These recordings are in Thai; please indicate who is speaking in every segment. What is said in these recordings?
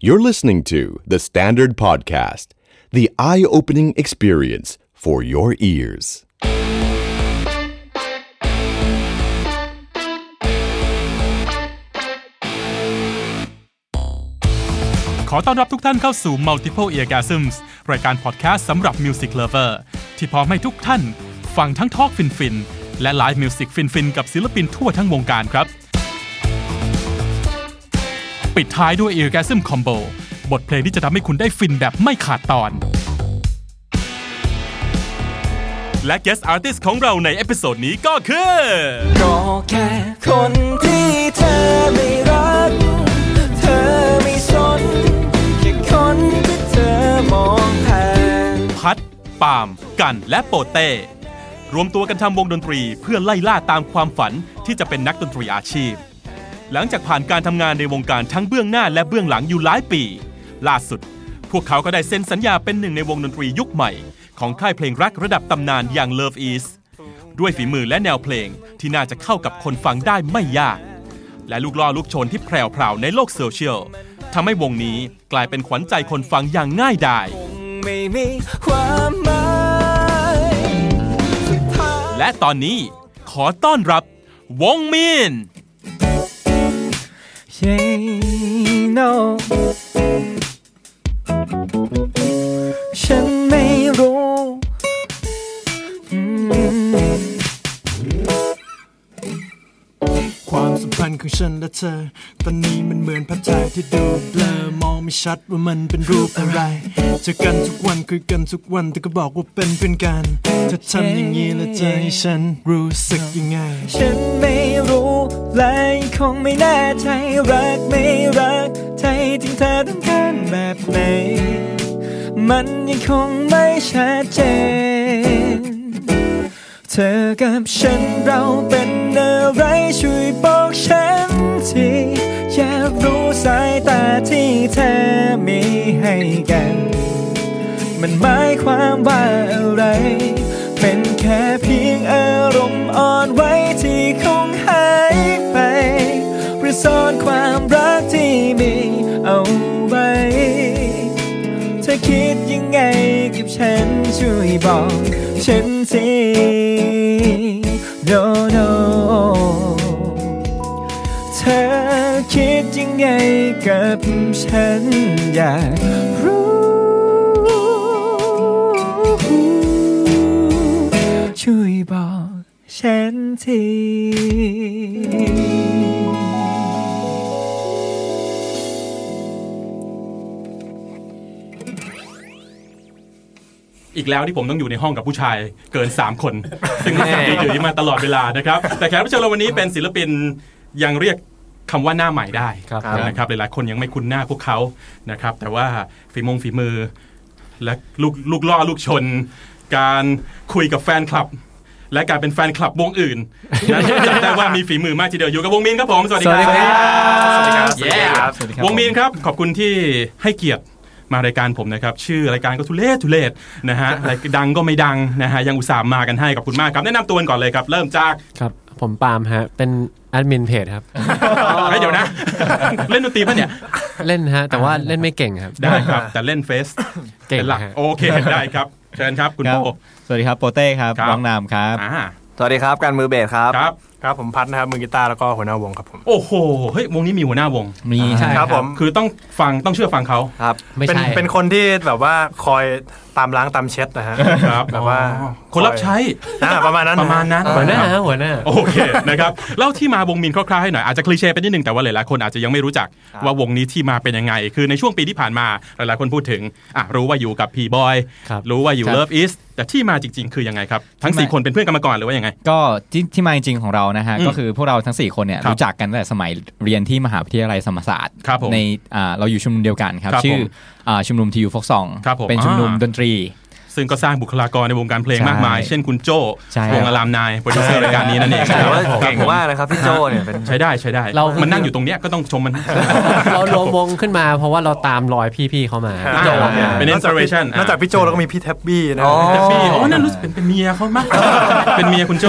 Speaker 1: You're listening to The Standard Podcast, the eye opening experience for your ears. .
Speaker 2: ขอต้อนรับทุกท่านเข้าสู่ Multiple Eargasms รายการพอดแคสต์สำหรับ Music Lover ที่พร้อมให้ทุกท่าน ฟังทั้งทอล์กฟินๆ และไลฟ์มิวสิกฟินๆ กับศิลปินทั่วทั้งวงการครับ ปิดท้ายด้วย Eargasm Combo บทเพลงที่จะทำให้คุณได้ฟินแบบไม่ขาดตอน และ Guest Artist ของเราในเอพิโซดนี้ก็คือ
Speaker 3: ก็แค่คนที่เธอไม่รัก เธอไม่สน แค่คนที่เธอมองผ่าน
Speaker 2: พัด ปาล์มกันและโปเต้ รวมตัวกันทำวงดนตรีเพื่อไล่ล่าตามความฝันที่จะเป็นนักดนตรีอาชีพ หลังจากผ่านการทำงานในวงการทั้งเบื้องหน้าและเบื้องหลังอยู่หลายปี ล่าสุด พวกเขาก็ได้เซ็นสัญญาเป็นหนึ่งในวงดนตรียุคใหม่ ของค่ายเพลงรักระดับตำนานอย่าง Love Is ด้วยฝีมือและแนวเพลงที่น่าจะเข้ากับคนฟังได้ไม่ยาก และลูกล่อลูกชนที่แพรวๆในโลกโซเชียลทำให้วงนี้กลายเป็นขวัญใจคนฟังอย่างง่ายดาย
Speaker 3: ไม่มีความหมายสุดท้าย
Speaker 2: และตอนนี้ขอต้อนรับวงมีน
Speaker 3: Yeah, no ฉันไม่รู้อืม
Speaker 4: ความสัมพันธ์ของฉันและเธอ ตอนนี้มันเหมือนภาพถ่ายที่ดูเบลอมองไม่ชัดว่ามันเป็นรูปอะไร เจอกันทุกวันคุยกันทุกวันแต่ก็บอกว่าเป็นเพื่อนกันเธอทำอย่างนี้แล้วเธอให้ฉันรู้สึกยังไง
Speaker 3: ฉันไม่รู้และคงไม่แน่ใจรักไม่รักใจจริงเธอต้องการแบบไหน มันยังคงไม่ชัดเจน เธอกับฉันเราเป็นอะไรช่วยบอกฉันทีอยากรู้สายตาที่เธอมีให้กัน มันหมายความว่าอะไร เป็นแค่เพียงอารมณ์อ่อนไหวที่คงหายไปหรือซ่อนความรักที่มีเอาไว้ เธอคิดยังไงกับฉันช่วยบอกฉันที no no เธอคิดยังไงกับฉันอยากรู้ ช่วยบอกฉันที
Speaker 2: อีกแล้วที่ผมต้องอยู่ในห้องกับผู้ชายเกิน 3 คน ซึ่งนิสัยดีอยู่นี้มาตลอดเวลานะครับ แต่แขกรับเชิญเราวันนี้เป็นศิลปินยังเรียกคำว่าหน้าใหม่ได้นะครับหลายๆคนยังไม่คุ้นหน้าพวกเขานะครับ แต่ว่าฝีมงฝีมือ และลูกลูกล่อลูกชน การคุยกับแฟนคลับ และการเป็นแฟนคลับวงอื่นนั้นจับได้ว่ามีฝีมือมากทีเดียวอยู่กับวงมีนครับผมสวัสดีครับ
Speaker 3: สวัสดีครับ
Speaker 5: สวัสดีครับ
Speaker 2: เย้
Speaker 3: สวัสดีครับ
Speaker 2: วงมีนครับขอบคุณที่ให้เกียรติมารายการผมนะครับ ชื่อรายการก็ทุเลศทุเลศนะฮะรายการดังก็ไม่ดังนะฮะยังอุตส่าห์มากันให้ขอบคุณมากครับแนะนำตัวกันก่อนเลยครับ เริ่มจาก
Speaker 5: ครับ ผมปาล์มฮะ เป็นแอดมินเพจ ครับ
Speaker 2: เฮ้ยเดี๋ยวนะ เล่นดนตรีป่ะเนี่ย
Speaker 5: เล่นฮะ แต่ว่าเล่นไม่เก่งครับ
Speaker 2: ได้ครับ แต่เล่นเฟส
Speaker 5: เก่ง
Speaker 2: เป็นห ลัก
Speaker 5: ฮะ
Speaker 2: โอเคได้ครับเชิญครับคุณ
Speaker 6: ค
Speaker 2: โบ
Speaker 6: รับสวัสดีครับโปเต้ครับ
Speaker 2: ครับ
Speaker 6: น้องนามครับ
Speaker 2: อ่า
Speaker 7: สวัสดีครับ การมือเบสครับ
Speaker 2: ครับ
Speaker 8: ครับผมพัดนะครับมือกีตาร์แล้วก็หัวหน้าวงครับผม
Speaker 2: โอ้โห เฮ้ย วงนี้มีหัวหน้าวง
Speaker 6: มี
Speaker 5: ใช่
Speaker 8: ครับผม
Speaker 2: คือต้องฟัง ต้องเชื่อฟังเขา
Speaker 7: ครับ
Speaker 5: ไม่
Speaker 8: เป็น
Speaker 5: ใช่
Speaker 8: เป็นคนที่แบบว่าคอยตามล้างตามเช็ดนะฮะ
Speaker 2: ครับ
Speaker 8: แบบว่า
Speaker 2: อ๋อคนรับใช้
Speaker 8: อ่าประมาณนั้น
Speaker 2: ประมาณนั้น
Speaker 5: หัวหน้า
Speaker 2: ครับ
Speaker 5: ฮะหัวหน้า
Speaker 2: โอเค นะครับ เล่าที่มาวงมินคร่าวๆให้หน่อย อาจจะคลีเช่ไปนิดนึง แต่ว่าหลายๆคนอาจจะยังไม่รู้จักว่าวงนี้ที่มาเป็นยังไง คือในช่วงปีที่ผ่านมา หลายๆคนพูดถึง อ่ะ รู้ว่าอยู่กับพีบอย
Speaker 5: ครับ
Speaker 2: รู้ว่าอยู่
Speaker 6: ครับ
Speaker 2: เลิฟอีส แต่ที่มาจริง ๆ คือยังไงครับ ทั้งสี่คนเป็นเพื่อนกันมาก่อนหรือว่ายังไง
Speaker 6: ก็ที่ที่มาจริงๆของเรานะฮะ
Speaker 2: อืม
Speaker 6: ก็คือพวกเราทั้ง 4 คนเนี่ย
Speaker 2: ครับ
Speaker 6: รู้จักกันตั้งแต่สมัยเรียนที่มหาวิทยาลัยธรรมศาสตร์
Speaker 2: ครับผม
Speaker 6: ในอ่าเราอยู่ชุมนุมเดียวกันครับ
Speaker 2: ครับ
Speaker 6: ชื่อ
Speaker 2: ผม
Speaker 6: อ่าชุมนุมทีูฟกซอง
Speaker 2: ครับผม
Speaker 6: เป็นชุมนุม
Speaker 2: อ่า
Speaker 6: ดนตรี
Speaker 2: ซึ่งก็สร้างบุคลากรในวงการเพลง
Speaker 6: ใช่
Speaker 2: มากมาย เช่นคุณโจ
Speaker 6: ใช่ครับ
Speaker 2: วงอารามนายโปรดิวเซอร์รายการนี้นั่นเอง
Speaker 7: แต่ว่า
Speaker 2: เก่
Speaker 7: เก่
Speaker 2: ง
Speaker 7: งมากนะครับพี่โจเนี่ยเป็น
Speaker 2: ใช้ได้ใช้ได้
Speaker 5: เรามั
Speaker 2: มันนั่งอยู่ตรงเนี้ยก็ต้องชมมัน
Speaker 5: เรารวมวงขึ้นมา เพราะว่าเราตามรอยพี่ๆเขามา
Speaker 8: พี่โจ
Speaker 2: เป็น inspiration
Speaker 8: นอกจากพี่โจแล้วก็มีพี่แท็บบี้นะ
Speaker 7: อ๋อ
Speaker 2: แต่ พี่อ๋อนั่นรู้สึกเป็นเป็นเมียเขามาก เป็นเมียคุณโจ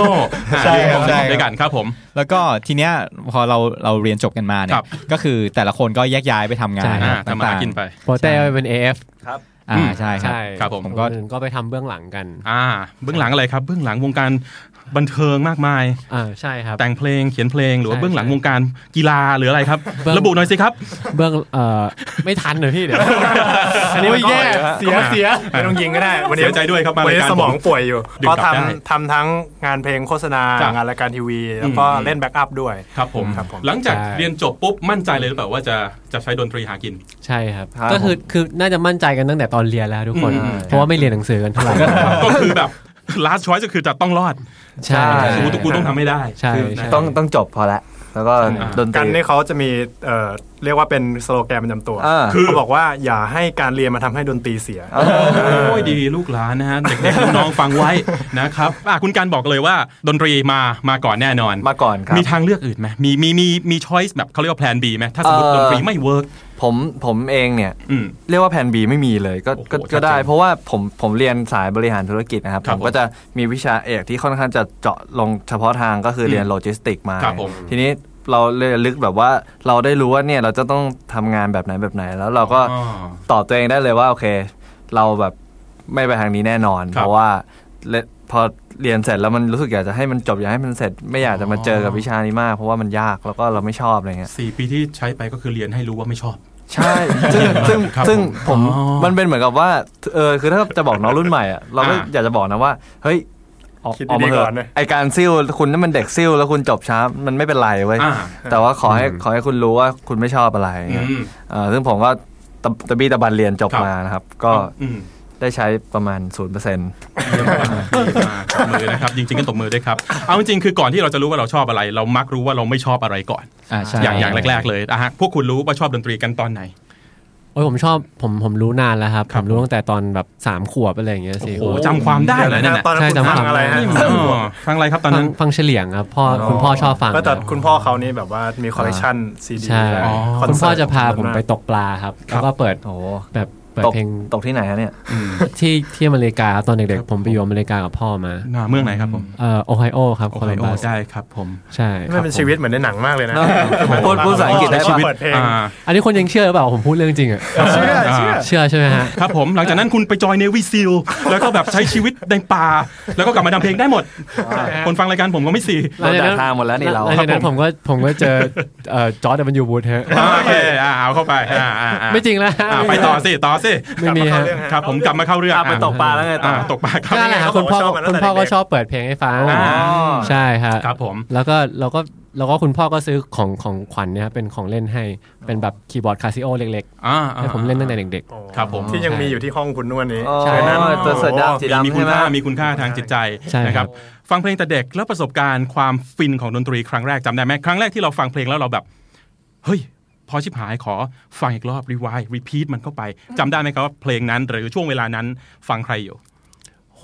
Speaker 6: ใช่ครับใช่ครับ
Speaker 2: ด้วยกันครับผม
Speaker 6: แล้วก็ทีเนี้ยพอเราเราเรียนจบกันมาเนี่
Speaker 2: ครั
Speaker 6: ย
Speaker 2: บ
Speaker 6: ก็คือแต่ละคนก็แยกย้ายไปทำงา
Speaker 5: ใช่
Speaker 6: น
Speaker 2: อ่าทำมาหากินไป
Speaker 5: โปรเต้เป็น AF
Speaker 6: อ่าใช่ครับ
Speaker 5: ใช่
Speaker 2: ครับผม
Speaker 5: ก็ก็ไปทำเบื้องหลังกัน
Speaker 2: อ่าเบื้องหลังอะไรครับ เบื้องหลังวงการบันเทิงมากมาย
Speaker 5: อ่าใช่ครับ
Speaker 2: แต่งเพลงเขียนเพลงหรือว่า
Speaker 5: ใช่
Speaker 2: เบื้องหลัง
Speaker 5: ใช่
Speaker 2: วงการกีฬาหรืออะไรครับ
Speaker 5: เบื้อง
Speaker 2: ระบุหน่อยสิครับ
Speaker 5: เบื้องเอ่อไม่ทันเลยพี่เดี๋ยว
Speaker 8: อันนี้มันก็
Speaker 5: โอ้ยแย่
Speaker 8: เสียเสียไม่ต้องยิงก็ได้ วันนี้
Speaker 2: เสียใจด้วยครับมารายการ
Speaker 8: วันนี้สมองป่วยอยู่
Speaker 2: ดึง
Speaker 8: ก็
Speaker 2: กลับได้
Speaker 8: ทำทำทั้งงานเพลงโฆษณา
Speaker 2: ครับ
Speaker 8: งานรายการทีวี แล้วก็
Speaker 2: อืม
Speaker 8: เล่นแบ็กอัพด้วย
Speaker 2: ครับผม
Speaker 8: ครับผม
Speaker 2: หลังจาก
Speaker 5: ใช่
Speaker 2: เรียนจบปุ๊บ มั่นใจเลยหรือเปล่าว่าจะจะใช้ดนตรีหากิน
Speaker 5: ใช่ครับ
Speaker 7: ครับ
Speaker 5: ก็คือคือน่าจะมั่นใจกันตั้งแต่ตอนเรียนแล้วทุกคน
Speaker 2: อืม
Speaker 5: เพราะว่าไม่เรียนหนังสือกันเท่าไหร่
Speaker 2: ก็คือแบบ last choice ก็คือจะต้องรอด
Speaker 5: ใช่
Speaker 2: กูต้องกูต้องทำให้ได้
Speaker 5: ใช่ใช่
Speaker 7: ต้องต้องจบพอละ แล้วก็ดนต
Speaker 8: กัน
Speaker 7: รี
Speaker 8: นี่เขาจะมีเอ่อเรียกว่าเป็นสโลแกนประจำตัว
Speaker 7: อ่า
Speaker 2: คือ
Speaker 8: เขาบอกว่าอย่าให้การเรียนมาทำให้ดนตรีเสีย
Speaker 2: โอ้ยดีลูกหลานนะฮะ เด็กๆน้องๆฟังไว้นะครับอ่ะคุณการบอกเลยว่าดนตรีมามาก่อนแน่นอน
Speaker 7: มาก่อนครับ
Speaker 2: มีทางเลือกอื่นไหมมีมีมีมี choice แบบเขาเรียกว่าแพลน B ไหมถ้าสมมติ
Speaker 7: เอ่อ
Speaker 2: ดนตรีไม่เวิร์ก
Speaker 7: ผมผมเองเนี่ย
Speaker 2: อืม
Speaker 7: เรียกว่าแผน B ไม่มีเลยก็
Speaker 2: โอ้โห
Speaker 7: ก็
Speaker 2: ชัดเจน
Speaker 7: ก็ได้ เพราะว่าผมผมเรียนสายบริหารธุรกิจนะครับ
Speaker 2: ครั
Speaker 7: ผ
Speaker 2: บ
Speaker 7: มก็จะมีวิชาเอกที่ค่อนข้างจะเจาะลงเฉพาะทางก็คือเรียน
Speaker 2: อืม
Speaker 7: โลจิสติกมา
Speaker 2: ครับผม
Speaker 7: ทีนี้เราเลยลึกแบบว่าเราได้รู้ว่าเนี่ยเราจะต้องทำงานแบบไหนแบบไหน แล้วเราก็
Speaker 2: อ๋อ
Speaker 7: ตอบตัวเองได้เลยว่าโอเค เราแบบไม่ไปทางนี้แน่นอน
Speaker 2: ครับ
Speaker 7: เพราะว่าเลพอเรียนเสร็จแล้วมันรู้สึกอยากจะให้มันจบอยากให้มันเสร็จ ไม่อยากจะมา
Speaker 2: อ๋อ
Speaker 7: เจอกับวิชานี้มาก เพราะว่ามันยากแล้วก็เราไม่ชอบอะไรเงี้ย
Speaker 2: สี่ปีที่ใช้ไปก็คือเรียนให้รู้ว่าไม่ชอบ
Speaker 7: ใช่ ซึ่งซึ่ง
Speaker 2: ครับ
Speaker 7: ซึ่งผม
Speaker 2: อ๋อ
Speaker 7: มันเป็นเหมือนกับว่า เออ คือถ้าจะบอกน้องรุ่นใหม่อะเราก็
Speaker 2: อ่า
Speaker 7: อยากจะบอกนะว่า เฮ้ย ออก
Speaker 8: คิด
Speaker 7: อ
Speaker 8: ดีๆ
Speaker 7: อกมาเถ
Speaker 8: ก่อนนะ
Speaker 7: อะไอการซิ่วคุณนั่นมันเด็กซิ่วแล้วคุณจบช้า มันไม่เป็นไรเว้ย
Speaker 2: อ่า
Speaker 7: แต่ว่าขอให้ขอให้คุณรู้ว่าคุณไม่ชอบอะไรอย่างเงี้ย
Speaker 2: อืม
Speaker 7: เออซึ่งผมก็ตะตะบี้ตะบันเรียนจบ
Speaker 2: ครับ
Speaker 7: มานะครับ ก็
Speaker 2: อืม
Speaker 7: ได้ใช้ประมาณศูนย์เปอร์เซ็นต์
Speaker 2: เยี่ยมมากตบมือนะครับจริงๆก็ตบมือด้วยครับเอาจริงๆคือก่อนที่เราจะรู้ว่าเราชอบอะไร เรามักรู้ว่าเราไม่ชอบอะไรก่อน
Speaker 6: อ่าใช่
Speaker 2: อย่างอย่างแรก ๆ เลยอ่ะฮะพวกคุณรู้ว่าชอบดนตรีกันตอนไหน
Speaker 5: โอ้ยผมชอบผมผมรู้นานแล้วครับ
Speaker 2: ค
Speaker 5: ผ
Speaker 2: รับ
Speaker 5: มรู้ตั้งแต่ตอนแบบสามขวบอะไรอย่างเงี้ยสิ
Speaker 2: โอ้โหจำความได้
Speaker 8: เดี๋ยว
Speaker 2: เลย
Speaker 8: นะ
Speaker 2: นั่น
Speaker 8: ตอน
Speaker 2: น่ะ
Speaker 8: นั้นคุณ
Speaker 5: ใช่
Speaker 8: ฟัง
Speaker 5: จำ
Speaker 8: อะไรฮะ
Speaker 5: จำ
Speaker 2: อ๋อฟังอะไรครับตอน
Speaker 5: ฟั
Speaker 2: นั้
Speaker 5: ง
Speaker 2: น
Speaker 5: ฟังเฉลียงครับพ่อคุณพ่อชอบฟัง
Speaker 8: ก็แต่
Speaker 5: ครับ
Speaker 8: คุณพ่อเขานี่แบบว่ามีคอลเลกชันซีดี
Speaker 5: ใช่
Speaker 2: อ๋อ
Speaker 8: อน
Speaker 5: คุณ
Speaker 8: เสิ
Speaker 5: พ่อ
Speaker 8: ร์ต
Speaker 5: จะพาผม
Speaker 8: ขอบคุณ
Speaker 5: ไป
Speaker 8: ก
Speaker 5: ตกปลาครับแล้วก็เปิด
Speaker 7: โอ้โห
Speaker 5: แบบเปิด
Speaker 7: ตก
Speaker 5: เพลง
Speaker 7: ตกที่ไหนอะเนี่ย
Speaker 5: ที่ที่อเมริกาครับตอนเด็กๆผมไปอยู่อเมริกากับพ่อมา
Speaker 2: หน้าเมืองไหนครับผม
Speaker 5: เอ่อโอไฮโอครับ
Speaker 2: โอ
Speaker 5: โค
Speaker 2: ไฮ
Speaker 5: ลัม
Speaker 2: โอ
Speaker 5: บัส
Speaker 2: ได้ครับผม
Speaker 5: ใช่
Speaker 8: ไม่เป็นชีวิตเหมือนในหนังมากเลยนะ
Speaker 7: พูดพูดภาษาอังกฤษได้ปะ
Speaker 8: ใช้ชีวิตเปิดเพลง
Speaker 2: อ่า
Speaker 5: อันนี้คนยังเชื่อหรือเปล่าผมพูดเรื่องจริงอะ
Speaker 2: า
Speaker 5: เชื่อใช่ไหมฮะ
Speaker 2: ครับผมหลังจากนั้นคุณไปจอยเนวิซิลแล้วก็แบบใช้ชีวิตในป่า แล้วก็กลับมาทำเพลงได้หมด คนฟังรายการผมก็ไม่สี
Speaker 7: เราจ่ายทางหมดแล้วนี่เรา
Speaker 5: หลังจากนั้นผมก็ผมก็เจอเอ่อจอร์ดมันยูบูธฮะ
Speaker 2: อ่าโอเคอ่าเอาเข้าไปอ่าอ่าอ่า
Speaker 5: ไม่จริงแล้วฮะ
Speaker 2: อ่าไปต่อสิต่อสิ
Speaker 5: ไม่มีฮะ
Speaker 2: ครับผมกลับมาเข้าเรื่อง
Speaker 7: อ่ะไปตกปลาแล้วไงต่อ
Speaker 2: อ่า
Speaker 7: อ
Speaker 2: ตกปลาครับ
Speaker 5: นั่นแหละครับคุณพ่อ
Speaker 8: เขาบอกว่าชอบมา
Speaker 5: คุ
Speaker 8: ตั้
Speaker 5: ณ
Speaker 8: งแต่
Speaker 5: พ่อก็
Speaker 8: เด็ก
Speaker 5: ชอบเปิดเพลงให้ฟัง
Speaker 2: อ่า
Speaker 5: ใช่ฮะ
Speaker 2: ครับผม
Speaker 5: แล้วก็เราก็เราก็คุณพ่อก็ซื้อของของขวัญเนี่ยครับเป็นของเล่นให้เป็นแบบคีย์บอร์ดคาซิโอเล็ก
Speaker 2: อ่า
Speaker 5: ๆให้ผมเล่นตั้งแต่เด็ก
Speaker 2: ครับผม
Speaker 8: ที่ยังมีอยู่ที่ห้องคุณนวลนี้
Speaker 7: อ๋อ
Speaker 8: ใช่นั่น
Speaker 7: ตัวเสือดำสี
Speaker 2: มี
Speaker 7: ดำ
Speaker 2: คุณ
Speaker 7: ใช่ไหม
Speaker 2: ค่ามีคุณค่าทางจิตใจ
Speaker 5: ใช่ครับ
Speaker 2: นะครับ ฟังเพลงแต่เด็กแล้วประสบการณ์ความฟินของดนตรีครั้งแรกจำได้ไหมครั้งแรกที่เราฟังเพลงแล้วเราแบบ เฮ้ย พอชิบหายขอฟังอีกรอบรีวายรีพีทมันเข้าไปจำได้ไหมครับว่าเพลงนั้นหรือช่วงเวลานั้นฟังใครอยู่
Speaker 5: ๆโห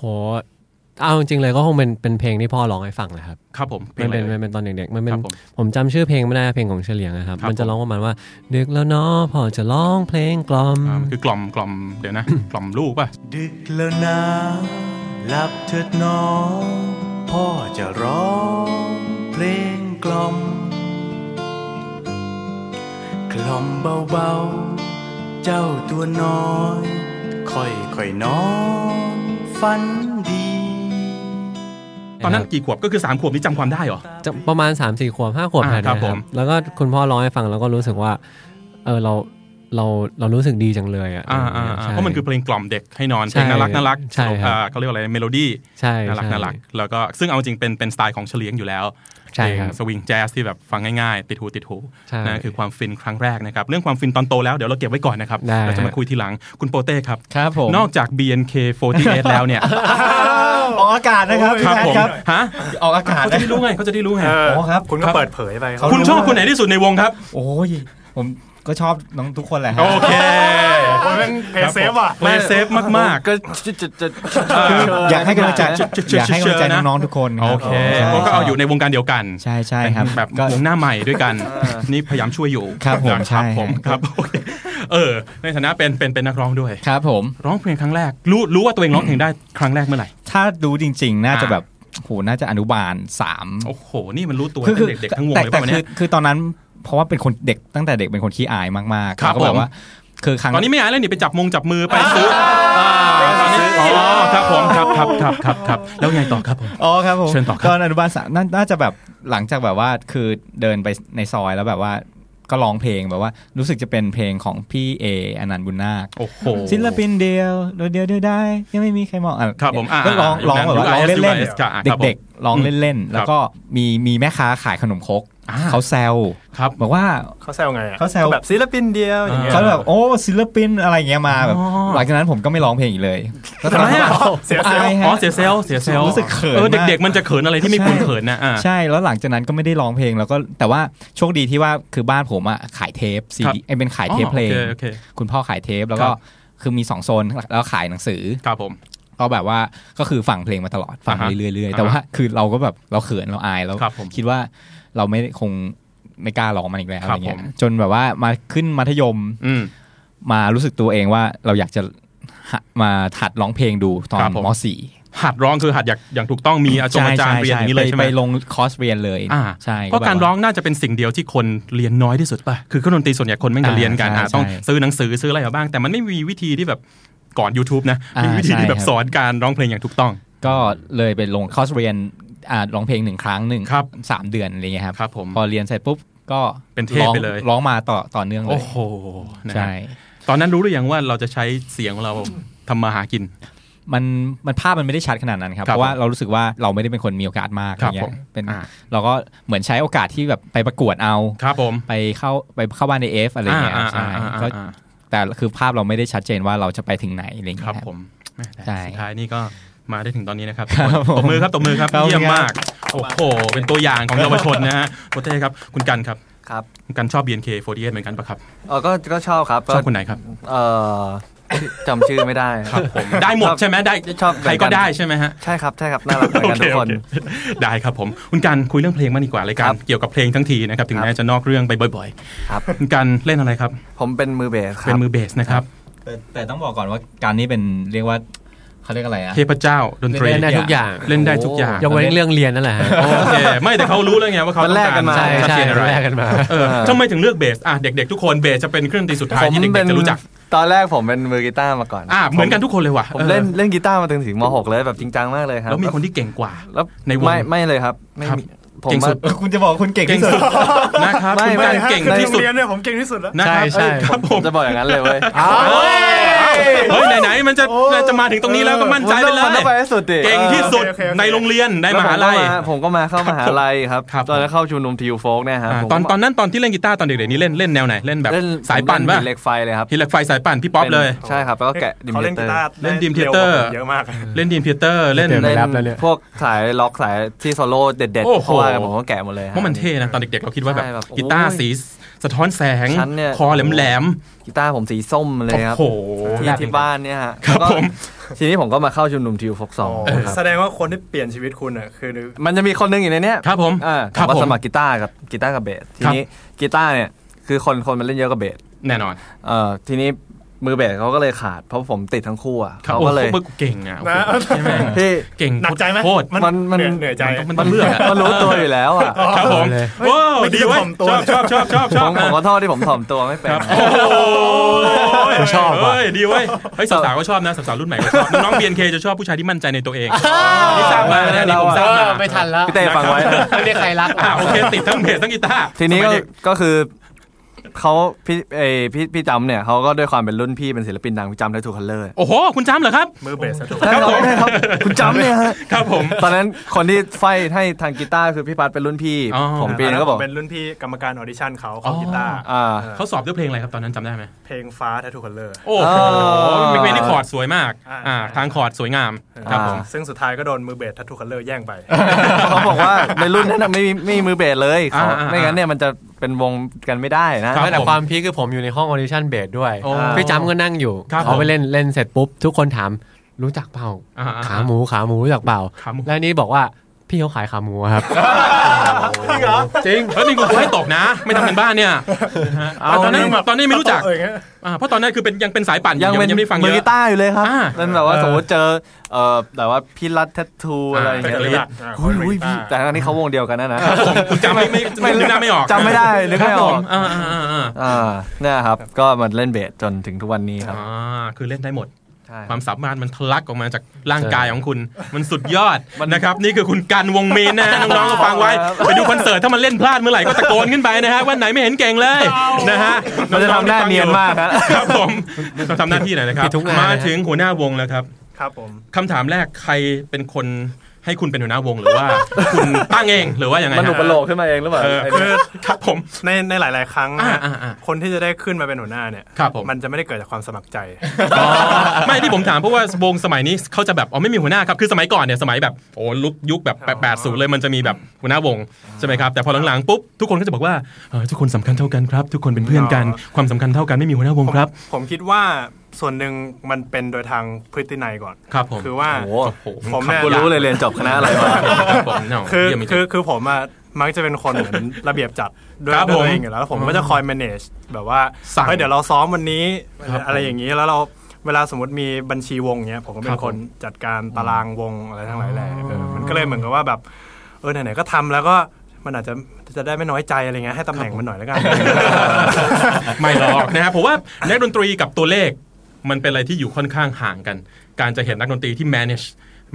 Speaker 5: เอาจริงๆเลยก็คงเป็นเป็นเพลงที่พ่อร้องให้ฟังนะครับ
Speaker 2: ครับผมเพล
Speaker 5: มั
Speaker 2: ง
Speaker 5: น
Speaker 2: อะไรเอ่ย
Speaker 5: เป็นมันเป็นตอนเด็กๆมันเป็
Speaker 2: คน รับผม
Speaker 5: ผมจำชื่อเพลงไม่ได้เพลงของเฉลียงนะครับ
Speaker 2: ครับ
Speaker 5: มันจะร้องประมาณว่าดึกแล้วเนาะพ่อจะร้องเพลงกล่อม
Speaker 2: อ่ามันคือกล่อมกล่อมเดี๋ยวนะ กล่อมลูกป่ะ
Speaker 9: ดึกแล้วนะหลับเถิดหนอ พ่อจะร้องเพลงกล่อม กล่อมเบาๆ เจ้าตัวน้อย ค่อยๆนอนฝันดี
Speaker 2: ตอนนั้น
Speaker 5: ครับ
Speaker 2: กี่ขวบก็คือ 3 ขวบนี่จำความได้เหรอ
Speaker 5: จะประมาณ 3 4 ขวบ 5 ขวบ
Speaker 2: อ่า
Speaker 5: ผ่าน
Speaker 2: ครับ
Speaker 5: นะค
Speaker 2: ผ
Speaker 5: รับ
Speaker 2: ม
Speaker 5: แล้วก็คุณพ่อร้องให้ฟังแล้วก็รู้สึกว่า เออเราเราเรารู้สึกดีจังเลยอ่ะ
Speaker 2: อ่าอ่าอ่า
Speaker 5: ใช่
Speaker 2: เพราะมันคือเพลงกล่อมเด็กให้นอน
Speaker 5: ใช่
Speaker 2: เพลงน่ารักน่ารัก
Speaker 5: ใช่ครับ
Speaker 2: อ่าเขาเรียกว่าอะไรเมโลดี้
Speaker 5: ใช่
Speaker 2: น่ารัก
Speaker 5: ใช่
Speaker 2: น่ารักแล้วก็ซึ่งเอาจริงเป็นเป็นสไตล์ของเฉลียงอยู่แล้ว
Speaker 5: ใช่ครับ
Speaker 2: เพลงสวิงแจ๊สที่แบบฟังง่ายๆ ติดหูติดหู
Speaker 5: ใช่
Speaker 2: นั่นคือความฟินครั้งแรกนะครับ เรื่องความฟินตอนโตแล้วเดี๋ยวเราเก็บไว้ก่อนนะครับ
Speaker 5: ได้
Speaker 2: เราจะมาคุยทีหลังคุณโปเต้ครับ
Speaker 6: ครับผม
Speaker 2: นอกจาก BNK48 แล้วเนี่ย
Speaker 6: ออกอากาศนะครับ
Speaker 2: ครับผม
Speaker 6: ครับ
Speaker 2: ฮะ
Speaker 6: ออกอากาศ
Speaker 2: เขาจะ
Speaker 6: นะ
Speaker 2: ได้รู้ไงเขาจะได้รู้ไง
Speaker 8: เออ
Speaker 6: โอ้ครับ
Speaker 8: คุณก็
Speaker 6: ครับ
Speaker 8: เปิดเผยไป
Speaker 6: เขา
Speaker 2: คุณชอบคนไหนที่สุดในวงครับ
Speaker 6: โอ้ยผม ก็ชอบน้องทุกคนแหละฮะ
Speaker 2: โอเค
Speaker 8: โอ้ยแม่งเพย์เซฟอ่ะ
Speaker 2: เพลย์เซฟมาก
Speaker 7: ก็จะจะจะ
Speaker 6: อยากให้กำลังใจ
Speaker 2: เชิญๆๆๆ
Speaker 6: อยากให้กำลังใจน้องๆทุกคน
Speaker 2: ๆ
Speaker 6: ค
Speaker 2: โอ
Speaker 6: รับ
Speaker 2: เค
Speaker 6: ใช่
Speaker 2: เพราะก็เอาอยู่ในวงการเดียวกัน
Speaker 6: ใช่ใช่ครับ
Speaker 2: แบบ
Speaker 6: ก็
Speaker 2: วงหน้าใหม่ด้วยกันนี่พยายามช่วยอยู่
Speaker 6: ครับผม
Speaker 2: นะ
Speaker 6: ใช่
Speaker 2: ผมครับโอเคเออ ในฐานะเป็นเป็นเป็นนักร้องด้วย
Speaker 6: ครับผม
Speaker 2: ร้องเพลงครั้งแรก รู้รู้ว่าตัวเองร้องเพลงได้ครั้งแรกเมื่อไหร่
Speaker 6: ถ้าดูจริง ๆ น่าจะ
Speaker 2: อ่า
Speaker 6: แบบโหน่าจะอนุบาลสาม
Speaker 2: โอ้โห นี่มันรู้ตัวเป็นเด็กๆทั้งวง
Speaker 6: แต่
Speaker 2: เลย
Speaker 6: แต่
Speaker 2: ป่ะวัน
Speaker 6: คื
Speaker 2: เนี้
Speaker 6: อย คือตอนนั้นเพราะว่าเป็นคนเด็กตั้งแต่เด็กเป็นคนขี้อายมากๆ
Speaker 2: ครับ
Speaker 6: แล้วก็แบ
Speaker 2: ผม
Speaker 6: บว่า คือครั้ง
Speaker 2: ตอนนี้ไม่อายแล้วนี่ไปจับมงจับมือไปซื้ออ่าตอนนี้อ๋อครับผมครับครับครับครับครับแล้วไงต่อครับผม
Speaker 6: อ๋อครับผม
Speaker 2: เชิญต่อครับ
Speaker 6: ตอนอนุบาลสามน่าน่าจะแบบหลังจากแบบว่าคือเดินไปในซอยแล้วแบบว่าก็ร้องเพลงแบบว่ารู้สึกจะเป็นเพลงของพี่เออนันต์บุญนาค
Speaker 2: โอ้โห
Speaker 6: ศิลปินเดียวโดดเดียวเดียวได้ ยังไม่มีใครมองอ่ะ
Speaker 2: ครับผมอ่า
Speaker 6: ก็ร้อง
Speaker 2: อยู่
Speaker 6: ร้อง
Speaker 2: นั้น
Speaker 6: แบบว่าร้
Speaker 2: อ
Speaker 6: อง
Speaker 2: ยู่
Speaker 6: เล่น
Speaker 2: US ครับอ่าครับ
Speaker 6: ๆ เด็กๆร้องเล่นๆ แล้วก็มีมีแม่ค้าขายขนมครก
Speaker 2: อ่า
Speaker 6: เขาแซว
Speaker 2: ครับ
Speaker 6: บอกว่า
Speaker 8: เขาแซวไงอะ
Speaker 6: เขาแซว
Speaker 8: ก็แบบศิลปินเดียวอย่างเงี้ย
Speaker 6: เขาแบบโอ้ศิลปินอะไรอย่างเงี้ยมาแบบ
Speaker 2: อ๋อ
Speaker 6: หลังจากนั้นผมก็ไม่ร้องเพลงอีกเลยแล้ว ต
Speaker 2: ทำ
Speaker 6: อน
Speaker 2: ไม
Speaker 6: นั้น
Speaker 2: อ่ะ
Speaker 8: เสียเซล
Speaker 6: อา
Speaker 8: ล์
Speaker 6: ย
Speaker 2: อ๋อเสียเซลลเสียเซลล
Speaker 6: รู้สึกเขิน
Speaker 2: เออ
Speaker 6: มาก
Speaker 2: เด็กๆมันจะเขินอะไรที่ไม่ควรเขินนะอ่า
Speaker 6: ใช่แล้วหลังจากนั้นก็ไม่ได้ร้องเพลงแล้วก็แต่ว่าโชคดีที่ว่าคือบ้านผมอ่ะขายเทปซี
Speaker 2: ครับ
Speaker 6: ดีเป็นขายเทปเพลง
Speaker 2: อ๋อโอเคโอเค
Speaker 6: คุณพ่อขายเทปแล้วก็
Speaker 2: ครับ
Speaker 6: คือมีสองโซนแล้วขายหนังสือ
Speaker 2: ครับผม
Speaker 6: ก็แบบว่าก็คือฟังเพลงมาตลอดฟัง
Speaker 2: อ่าฮะ
Speaker 6: เรื่อยๆแต่ว่าคือเราก็แบบเราเขินเราอายเรา
Speaker 2: ครับผม
Speaker 6: คิดว่าเราไม่คงไม่กล้าร้องมันอีกแล้ว
Speaker 2: ค
Speaker 6: อะ
Speaker 2: รั
Speaker 6: ไร
Speaker 2: บ
Speaker 6: เงี้
Speaker 2: ผ
Speaker 6: ย
Speaker 2: ม
Speaker 6: จนแบบว่ามาขึ้นมัธยม
Speaker 2: อืม
Speaker 6: มารู้สึกตัวเองว่าเราอยากจะหามาถัดร้องเพลงดูตอน
Speaker 2: ครับผม
Speaker 6: มสี่
Speaker 2: หัดร้องคือหัดอยากอย่างถูกต้องมีอาจารย์อาจารย์เรียนอย่างนี้เลยใช่ไหม
Speaker 6: ไปลงคอร์สเรียนเลย
Speaker 2: อ่า
Speaker 6: ใช่
Speaker 2: เพราะการ
Speaker 6: แบบว่
Speaker 2: ร้องน่าจะเป็นสิ่งเดียวที่คนเรียนน้อยที่สุดป่ะคือเครื่องดนตรีส่วนใหญ่คนแม่งจะเรียนกัน
Speaker 6: อ่า
Speaker 2: อ่า
Speaker 6: ใช่
Speaker 2: ต้อง
Speaker 6: ใช่
Speaker 2: ซื้อหนังสือซื้ออะไรมาบ้าง แต่มันไม่มีวิธีที่แบบก่อน YouTube นะ
Speaker 6: อ่ามี
Speaker 2: มีวิธีที่แบบ
Speaker 6: ใช่ครับ
Speaker 2: สอนการร้องเพลงอย่างถูกต้อง
Speaker 6: ก็เลยไปลงคอร์สเรียนอ่าร้องเพลงหนึ่งครั้งหนึ่ง
Speaker 2: ครับ
Speaker 6: สามเดือนอะไรเงี้ยครับ
Speaker 2: ครับผม
Speaker 6: พอเรียนเสร็จปุ๊บก็
Speaker 2: เป็นเทพไปเลย
Speaker 6: ร้องร้องมาต่อต่อเนื่องเล
Speaker 2: โอ้
Speaker 6: ย
Speaker 2: โหนะฮะ
Speaker 6: ใช่
Speaker 2: ตอนนั้นรู้หรือยังว่าเราจะใช้เสียงของเราทำมาหากิน
Speaker 6: มันมันภาพมันไม่ได้ชัดขนาดนั้นครับ
Speaker 2: ครับ
Speaker 6: เพราะว่าเรารู้สึกว่าเราไม่ได้เป็นคนมีโอกาสมาก
Speaker 2: ครับ
Speaker 6: อะไรเงี้
Speaker 2: ผม
Speaker 6: ยเป็น
Speaker 2: อ่า
Speaker 6: เราก็เหมือนใช้โอกาสที่แบบไปประกวดเอา
Speaker 2: ครับผม
Speaker 6: ไปเข้าไปเข้าบ้านในเอฟอะไรเงี้ย
Speaker 2: อ่า
Speaker 6: ใช่
Speaker 2: อ่าอ่า
Speaker 6: ก็
Speaker 2: อ่า
Speaker 6: แต่คือภาพเราไม่ได้ชัดเจนว่าเราจะไปถึงไหนอะไร
Speaker 2: ค
Speaker 6: เงี้ย
Speaker 2: รับผมแม่แต่
Speaker 6: ใช่
Speaker 2: สุดท้ายนี่ก็มาได้ถึงตอนนี้นะครับ
Speaker 6: ครับผม
Speaker 2: ตบมือครับตบมือครับ
Speaker 6: ครับ
Speaker 2: เยี่ยมมากโอ้โหเป็นตัวอย่างของเยาวชนนะฮะโปรเต้ครับคุณกันครับ
Speaker 7: ครับ
Speaker 2: คุณกันชอบ BNK48 เหมือนกันปะครับ
Speaker 7: เออก็ก็ชอบครับ
Speaker 2: ชอบคนไหนครับ
Speaker 7: เออจำชื่อไม่ได้
Speaker 2: ครับผม ได้หมดใช่ไหมได้
Speaker 7: ชอบ
Speaker 2: ใครก็ได้ใช่ไหมฮะ
Speaker 7: ใช่ครับใช่ครับน่ารักเหมือนกันทุกคน
Speaker 2: โอเโอเคได้ครับผม คุณกันคุยเรื่องเพลงมางดีกว่ารายกา
Speaker 7: ค
Speaker 2: ร
Speaker 7: รับ
Speaker 2: เกี่ยวกับเพลงทั้งทีนะครับ ถึง
Speaker 7: ครับ
Speaker 2: แม้จะนอกเรื่องไปบ่อย
Speaker 7: ครับ
Speaker 2: ๆคุณกันเล่นอะไรครับ
Speaker 7: ผมเป็นมือเบสค
Speaker 2: เป็
Speaker 7: รั
Speaker 2: น
Speaker 7: บ
Speaker 2: มือเบสนะครับ
Speaker 6: แต่แต่ต้องบอกก่อนว่าการนี้เป็นเรียกว่าเขาเรียกอะไรอะ
Speaker 2: เทพเจ้าดนตรี
Speaker 5: เล่นได้ทุกอย่าง
Speaker 2: เล่นได้ทุกอย่าง
Speaker 5: ยกเว้นเรื่องเรียนนั่นแหละฮะ
Speaker 2: โอเคไม่แต่เขารู้แล้วไงว่าเขา
Speaker 7: มัน
Speaker 2: ต้อง
Speaker 7: แลก
Speaker 2: กา
Speaker 7: กั
Speaker 2: ร
Speaker 7: นมา
Speaker 5: ใช่
Speaker 2: ชัด
Speaker 5: ใช่
Speaker 2: เจนอะไร
Speaker 5: แลกกันมา
Speaker 2: เออทำไมถึงเลือกเบสอ่ะเด็กๆทุกคนเบสจะเป็นเครื่องดนตรีสุดท้าย
Speaker 7: ผม
Speaker 2: ที่
Speaker 7: เป็
Speaker 2: เด็ก
Speaker 7: น
Speaker 2: ๆจะรู้จัก
Speaker 7: ตอนแรกผมเป็นมือกีตาร์มาก่อน
Speaker 2: อ่ะเหมือนกันทุกคนเลยว่ะ
Speaker 7: ผม
Speaker 2: ออ
Speaker 7: เล่นเล่นกีตาร์มาถึงถึงม .6 เลยแบบจริงจังมากเลยครับ
Speaker 2: แล้วมีคนที่เก่งกว่า
Speaker 7: แล้ว
Speaker 2: ในวง
Speaker 7: ไม่ไม่เลยครับไม่
Speaker 2: ครับ
Speaker 7: มีผม
Speaker 2: เก่งสุด
Speaker 7: ว่า
Speaker 6: คุณจะบอกคุณเก่ง
Speaker 2: เก่ง
Speaker 6: ที่สุ
Speaker 2: สุ
Speaker 6: ด
Speaker 2: ดนะครับ
Speaker 7: ไม่
Speaker 2: คุณ
Speaker 7: ไม่
Speaker 2: กันเก่งที่สุด
Speaker 8: เรียนเนี่ยผมเก่งที่สุดแล้ว
Speaker 2: นะครับ
Speaker 5: ใช่ใช่
Speaker 2: เอ้ยครับผ
Speaker 7: ผม
Speaker 2: ม
Speaker 7: จะบอกอย่างนั้นเลยเว้ย
Speaker 2: เฮ้ยไหนๆมันจะจะมาถึงตรงนี้แล้วก็มั่นใจไปเล
Speaker 7: ผมต้องไป
Speaker 2: ย
Speaker 7: ให้สุดดิ
Speaker 2: เก่งที่สุด
Speaker 8: โอเคโอเค
Speaker 2: ในโรงเรียนใน
Speaker 7: เออ
Speaker 2: มหาลัย
Speaker 7: แวผมก็มาผมก็มาเข้ามหาลัยครับ
Speaker 2: ครับ
Speaker 7: ตอนนั้นเข้าชุมนุมทีวโฟกเนี่ยฮะ
Speaker 2: อ่า
Speaker 7: ผม
Speaker 2: ตอน
Speaker 7: ก็
Speaker 2: ตอนนั้นตอนที่เล่นกีตาร์ตอนเด็กๆนี่เล่นเล่นแนวไหนเล่นแบบ
Speaker 7: เล่น
Speaker 2: สายปั่นป่ะ
Speaker 7: เล่หิเหล็กไฟเลยครับ
Speaker 2: ฮิลเล็กไฟสายปั่นพี่ป๊อปเลย
Speaker 7: ใช่ครับแล้วก็แกะดิม
Speaker 8: เขา
Speaker 7: เท
Speaker 8: เล่นกี
Speaker 7: อร์
Speaker 8: ตาร์
Speaker 2: เล่น Dream
Speaker 8: ว
Speaker 2: Theater
Speaker 8: เยอะมาก
Speaker 2: เล่นดีมเพียเตอร์เล่น
Speaker 5: เล่น
Speaker 7: เล่น
Speaker 5: รับแล้วเนี่ย
Speaker 7: พวกสายล็อกสายที่โซโล่เด็ด
Speaker 2: โอ้
Speaker 7: ๆ
Speaker 2: โห
Speaker 7: เพราะว่าผมก็แกะหมดเลยฮะ
Speaker 2: เพราะมันเท่นะตอนเด็กๆเราคิดว่าแบบ
Speaker 7: ใช่แบบโอ้ย
Speaker 2: กีตาร์สีสะท้อนแสง
Speaker 7: ฉันเนี่ย
Speaker 2: คอแหลม
Speaker 7: กีตาร์ผมสีส้ม
Speaker 2: ๆ
Speaker 7: เลย
Speaker 2: โอ้
Speaker 7: ครับ
Speaker 2: โห
Speaker 7: ที่ที่บ้านเนี่ยฮะ
Speaker 2: ครับ
Speaker 7: แล้ว
Speaker 2: ผ
Speaker 7: ก็
Speaker 2: ม
Speaker 7: ทีนี้ผมก็มาเข้าชุมนุมทีวโฟกสองครับ
Speaker 8: แสดงว่าคนที่เปลี่ยนชีวิตคุณอ่ะคือ
Speaker 7: มันจะมีคนหนึงอยู่ในเนี้ย
Speaker 2: ครับผม
Speaker 7: อ่า
Speaker 2: ค
Speaker 7: ผ
Speaker 2: รั
Speaker 7: ม
Speaker 2: บ
Speaker 7: ก็
Speaker 2: ผม
Speaker 7: สมัครกีตาร์กับกีตาร์กับเบสที
Speaker 2: ครับ
Speaker 7: นี้กีตาร์เนี่ยคือคนคนมันเล่นเยอะกว่าเบส
Speaker 2: แน่นอน
Speaker 7: เอ่อทีนี้มือเบสเขาก็เลยขาดเพราะผมติดทั้งคู่อ่ะ
Speaker 2: ครับ
Speaker 7: เขาก็เลย
Speaker 2: โอ้โหมึกเก่งอ่ะโอ้โห
Speaker 8: นะ
Speaker 2: ใช่ไหม
Speaker 7: ที่
Speaker 2: เก่ง
Speaker 8: หนักใจไหม
Speaker 2: โคตร
Speaker 7: มันมัน
Speaker 8: เหนื่อยใจ
Speaker 2: มันต้องเลือกอะ
Speaker 7: ก็รู้ตัวอยู่แล้วอ่ะ
Speaker 2: ครับผมว้าว
Speaker 8: ไม่คิ
Speaker 2: ดี
Speaker 8: ดจะ
Speaker 2: เว้ย
Speaker 8: ถ่อมตัว
Speaker 2: ชอบชอบชอบชอบชอบ
Speaker 7: ผมผมขอโทษที่ผมถ่อมตัวไม่เป็น
Speaker 2: ครับโอ้ย
Speaker 7: ผมชอบว่ะ
Speaker 2: เฮ้ยดีเว้ยเฮ้ยสาวๆก็ชอบนะสาวๆรุ่นใหม่ก็ชอบน้องเบียนเคจะชอบผู้ชายที่มั่นใจในตัวเองนี่ทราบมานะนี่ผมทราบมา
Speaker 5: ไม่ทันแล้ว
Speaker 7: พี่เต้ฟังไว้
Speaker 5: ไม่ได้ใครรัก
Speaker 2: อ่ะโอเคติดทั้งเบสทั้งกีตาร์
Speaker 7: ทีนี้
Speaker 2: ส
Speaker 7: ก็
Speaker 2: มัยเด็
Speaker 7: ก็คือเขาพี่เออพี่พี่จำเนี่ยเขาก็ด้วยความเป็นรุ่นพี่เป็นศิลปินดังพี่จำได้ถูกคันเลอร์
Speaker 2: โอ้โห คุณจ้ำเหรอครับ
Speaker 8: มือเบสอะ
Speaker 7: ใช่ครับใช่ครับ คุณจำเนี่ยฮะ
Speaker 2: ครับผม
Speaker 7: ตอนนั้นคนที่ไฟให้ทางกีตาร์คือพี่พัดเป็นรุ่นพี่
Speaker 2: อ๋อ
Speaker 7: ผมปีนก็บอก
Speaker 8: เป็นรุ่นพี่กรรมการออดิชั่นเขาเขากีตาร์
Speaker 7: อ่า
Speaker 2: เขาสอบด้วยเพลงอะไรครับตอนนั้นจำได้ไหม
Speaker 8: เพลงฟ้าแททูคอลเลอร์
Speaker 2: โอ้โห
Speaker 7: อ
Speaker 2: เป็นเพลงที่คอร์ดสวยมาก
Speaker 8: อ่า
Speaker 2: อ่าทางคอร์ดสวยงามครับผม
Speaker 7: อ่า
Speaker 8: ซึ่งสุดท้ายก็โดนมือเบสแททูคอลเลอร์แย่งไป
Speaker 7: เขาบอกว่าในรุ่นนั้นน่ะไม่มีไม่มีมือเบสเลย
Speaker 2: อ่า
Speaker 7: เขา
Speaker 2: อ่า
Speaker 7: ไม่งั้นเนี่ยมันจะ เป็นวงกันไม่ได้นะ
Speaker 2: ครับ
Speaker 5: แต่ความพีคคือผมอยู่ในห้องออดิชั่นเบสด้วย
Speaker 2: โอ้
Speaker 5: พี่จำก็นั่งอยู่
Speaker 2: ครับ
Speaker 5: เขาไป
Speaker 2: ผม
Speaker 5: เล่นเล่นเสร็จปุ๊บ ทุกคนถามรู้จักเปล่า
Speaker 2: อ่าๆๆ
Speaker 5: ขาหมูขาหมูรู้จักเปล่า
Speaker 2: ขาหมู
Speaker 5: แล้วนี่บอกว่าพี่เขาขายขาหมูครับ
Speaker 8: จริงเหรอ
Speaker 5: จริง
Speaker 2: เฮ้ยนี่กูให้ตกนะ ไม่ทำเป็นบ้านเนี่ย
Speaker 7: เอา
Speaker 2: ตอนนั้น
Speaker 8: เรื่องแบบ
Speaker 2: ตอนนี้ไม่รู้จัก
Speaker 8: เอาอย่างเงี้ย
Speaker 2: อ่าเพราะตอนนั้นคือเป็นยังเป็นสายปั่นอ
Speaker 7: ยังเป็น
Speaker 2: ยังไม่ได้ฟัง
Speaker 7: มื
Speaker 2: เย
Speaker 7: อกี
Speaker 2: อะ
Speaker 7: ตาร์อยู่เลยครับ
Speaker 2: อ่า
Speaker 7: เป็นแบบว่า
Speaker 2: เออ
Speaker 7: สมมติเจอเอ่อแบบว่าพี่รัดแทททูอะไรอย่าง
Speaker 8: เป็น
Speaker 7: เงี้ยเลย
Speaker 8: อะไรล่ะอ่า
Speaker 7: อุ้ยอุ้ย
Speaker 8: เป็น
Speaker 7: พี่
Speaker 8: กีตาร์
Speaker 7: แต่อันนี้เขาวงเดียวกันนะนะ
Speaker 2: ผมคุณจำไม่ไม่ไม่นึกหน้าไม่ออก
Speaker 7: จำไม่ได้นึก
Speaker 2: ครั
Speaker 7: ไม่
Speaker 2: บผ
Speaker 7: ออก
Speaker 2: มอ่าอ่าอ่าอ่า
Speaker 7: อ่าเนี่ยครับ ก็มาเล่นเบสจนถึงทุกวันนี้ครับ
Speaker 2: อ่าคือเล่นได้หมด
Speaker 7: ใช่
Speaker 2: ความสามารถมันทะลักออกมาจากร่างกายของคุณ มันสุดยอดนะครับ นี่คือคุณกันวงเมนนะฮะน้องๆก็ฟังไว้
Speaker 7: ครับ
Speaker 2: ไปดูคอนเสิร์ตถ้ามันเล่นพลาดเมื่อไหร่ก็ตะโกนขึ้นไปนะฮะวันไหนไม่เห็นเก่งเลยนะฮะ
Speaker 7: มันจะทำหน้าเนียนมาก
Speaker 2: ค
Speaker 7: ฮะ
Speaker 2: รับผมต้องทำหน้าที่หน่อยนะครับ
Speaker 5: ผิดทุกงานนะ
Speaker 2: มา
Speaker 5: ฮะ
Speaker 2: ถึงหัวหน้าวงแล้วครับ
Speaker 8: ครับผม
Speaker 2: คำถามแรกใครเป็นคนให้คุณเป็นหัวหน้าวงหรือว่า คุณตั้งเองหรือว่ายังไง
Speaker 7: มันหนุก
Speaker 2: ฮะ
Speaker 7: ประโลกขึ้นมาเองหรือเปล่า
Speaker 2: เออ
Speaker 7: ไอ้
Speaker 2: คื
Speaker 7: เนี่
Speaker 2: อยครับผม
Speaker 8: ในในหลาย ๆ ครั้งนะ
Speaker 2: อ่าอ่าอ่า
Speaker 8: คนที่จะได้ขึ้นมาเป็นหัวหน้าเนี่ย
Speaker 2: ครับผม
Speaker 8: มันจะไม่ได้เกิดจากความสมัครใจ
Speaker 2: ไม่ที่ผมถามเพราะว่าวงสมัยนี้เขาจะแบบอ๋อไม่มีหัวหน้าครับคือสมัยก่อนเนี่ยสมัยแบบโอ้ลุกยุคแบบแปดศูนย์เลยมันจะมีแบบหัวหน้าวงใช่ไหมครับแต่พอหลังๆปุ๊บทุกคนก็จะบอกว่าเอ่อทุกคนสำคัญเท่ากันครับ ทุกคนเป็นเพื่อนกัน
Speaker 8: อ๋อ
Speaker 2: ความสำคัญเท่ากันไม่มีหัวหน้าวงครับ
Speaker 8: ผมคิดว่าส่วนหนึ่งมันเป็นโดยทางพฤตินัยก่อน
Speaker 2: ครับผม
Speaker 8: คือว่า
Speaker 7: โอ้โห
Speaker 2: โอ้โห
Speaker 8: ผมเนี่ย
Speaker 7: กูรู้เลยเรียนจบคณะอะไรมา
Speaker 2: ครับผมเนาะ
Speaker 8: คือ
Speaker 2: เยี่ยมจริง
Speaker 8: คือคือผมอะมักจะเป็น คนเหมือน ระเบียบจัดด้วย
Speaker 2: ครับ
Speaker 8: ด้ว
Speaker 2: ผม
Speaker 8: ยตัวเองอยู่แล้วแล้วผมก็จะคอย manage แบบว่า
Speaker 2: สั่ง
Speaker 8: เฮ้ยเดี๋ยวเราซ้อมวันนี้
Speaker 2: ครับ
Speaker 8: อะไรอย่างนี้แล้วเราเวลาสมมติมีบัญชีวงเนี้ยผมก็เป็
Speaker 2: ครั
Speaker 8: น
Speaker 2: บ
Speaker 8: คนจัดการตารางวงอะไรทั้งหลายแหล่เออมันก็เลยเหมือนกับว่าแบบเออไหนๆก็ทำแล้วก็มันอาจจะจะได้ไม่น้อยใจอะไรเงี้ยให้ตำแหน่งมันหน่อยแล้วกัน
Speaker 2: ไม่หรอกนะครับผมว่านักดนตรีกับตัวเลข มันเป็นอะไรที่อยู่ค่อนข้างห่างกัน การจะเห็นนักดนตรีที่ manage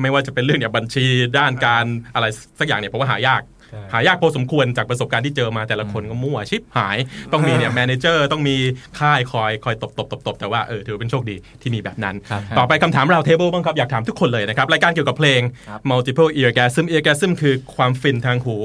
Speaker 2: ไม่ว่าจะเป็นเรื่องเนี่ยบัญชีด้านการอะไรสักอย่างเนี่ยผมว่าหายาก หายากพอสมควรจากประสบการณ์ที่เจอมาแต่ละคนก็มั่วชิบหาย ต้องมีเนี่ยแมเนเจอร์ต้องมีค่ายคอยคอยตบตบตบตบแต่ว่าเออถือเป็นโชคดีที่มีแบบนั้น
Speaker 6: ครับ
Speaker 2: ต่อไปคำถามเราเทเบิลบ้างครับ อยากถามทุกคนเลยนะครับ รายการเกี่ยวกับเพลง multiple eargasm eargasm คือความฟินทางหู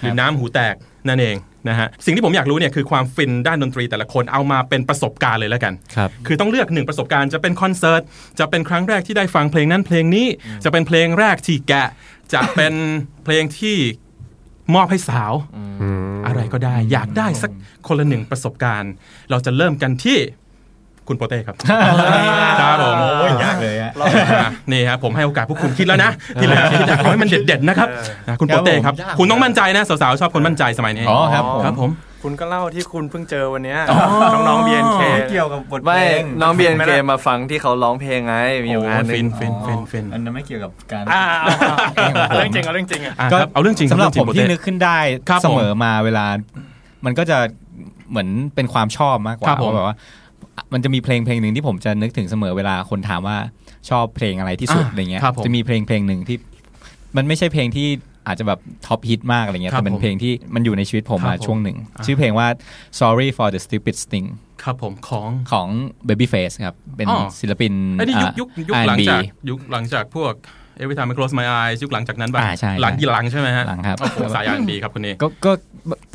Speaker 2: หรือน้ำหูแตกนั่นเองนะฮะสิ่งที่ผมอยากรู้เนี่ยคือความฟินด้านดนตรีแต่ละคนเอามาเป็นประสบการณ์เลยแล้วกัน
Speaker 5: ครับ
Speaker 2: คือต้องเลือกหนึ่งประสบการณ์จะเป็นคอนเสิร์ตจะเป็นครั้งแรกที่ได้ฟังเพลงนั้นเพลงนี้จะเป็นเพลงแรกที่แกะ จะเป็นเพลงที่มอบให้สาวอะไรก็ได้ อยากได้สักคนละหนึ่งประสบการณ์ เราจะเริ่มกันที่คุณโปเต้ครับ ครับผม
Speaker 6: ยากเลยอะ
Speaker 2: นี่ครับผมให้โอกาสพวกคุณคิดแล้วนะทีละคิดขอให้มันเด็ดๆนะครับนะคุณโปเต้ครับ
Speaker 5: ครับผม
Speaker 2: คุณต้องมั่นใจนะสาวๆชอบคนมั่นใจสมัยนี้
Speaker 6: อ๋อครับผม
Speaker 2: ครับผม
Speaker 8: คุณก็เล่าที่คุณเพิ่งเจอวันเนี้ยน้องๆ BNK
Speaker 9: เกี่ยวกับบทเพ
Speaker 7: ไม่
Speaker 9: ลง
Speaker 7: น้องเบียนเกมมาฟังที่เขาร้องเพลงไงมีอยู่งานหนึ
Speaker 2: ฟิ
Speaker 7: ง
Speaker 2: นฟินฟินฟิน
Speaker 9: อันนั้นไม่เกี่ยวกับการ
Speaker 8: อ่าเอาเอาเรื่องจริงเอาเรื่องจริงอะ
Speaker 2: อ่ะ
Speaker 6: ก็
Speaker 2: ครับเอาเรื่องจริงค
Speaker 6: สำหรับ
Speaker 2: เอ
Speaker 6: ผ
Speaker 2: ง
Speaker 6: ม
Speaker 2: จง
Speaker 6: ที่
Speaker 2: โปเต้
Speaker 6: นึกขึ้นได้
Speaker 2: ครับผม
Speaker 6: เสมอมาเวลา มันก็จะเหมือนเป็นความชอบมากก
Speaker 2: ครั
Speaker 6: ว่า
Speaker 2: บผม
Speaker 6: ว่าแบบว่า มันจะมีเพลงเพลงหนึ่งที่ผมจะนึกถึงเสมอเวลาคนถามว่าชอบเพลงอะไรที่สุด
Speaker 2: อ่า
Speaker 6: อะไรเงี้ย
Speaker 2: ครับผม
Speaker 6: จะมีเพลงเพลงหนึ่งที่ มันไม่ใช่เพลงที่อาจจะแบบท็อปฮิตมากอะไรเงี้ย
Speaker 2: ครับ
Speaker 6: แต่เป็นเพลงที่มันอยู่ในชีวิตผม
Speaker 2: ครั
Speaker 6: มา
Speaker 2: บผม
Speaker 6: ช่วงหนึ่ง
Speaker 2: อ่า
Speaker 6: ชื่อเพลงว่า sorry for the stupid thing
Speaker 2: ครับผมของ
Speaker 6: ของ babyface ครับ เป็น
Speaker 2: อ๋อ
Speaker 6: ศิลปิน
Speaker 2: ไอ้นี่ยุค
Speaker 6: อ่า
Speaker 2: ยุคยุคหลัง
Speaker 6: R&B
Speaker 2: จากยุคหลังจากพวก Every time I close my eyes ยุคหลังจากนั้นป่ะ
Speaker 6: อ่าใช่
Speaker 2: หลัง
Speaker 6: ใช่
Speaker 2: กี่หลังใช่ไหมฮะ
Speaker 6: หลังครับ
Speaker 2: โอ้โหสายอันดีครับคนนี้
Speaker 6: ก็ก็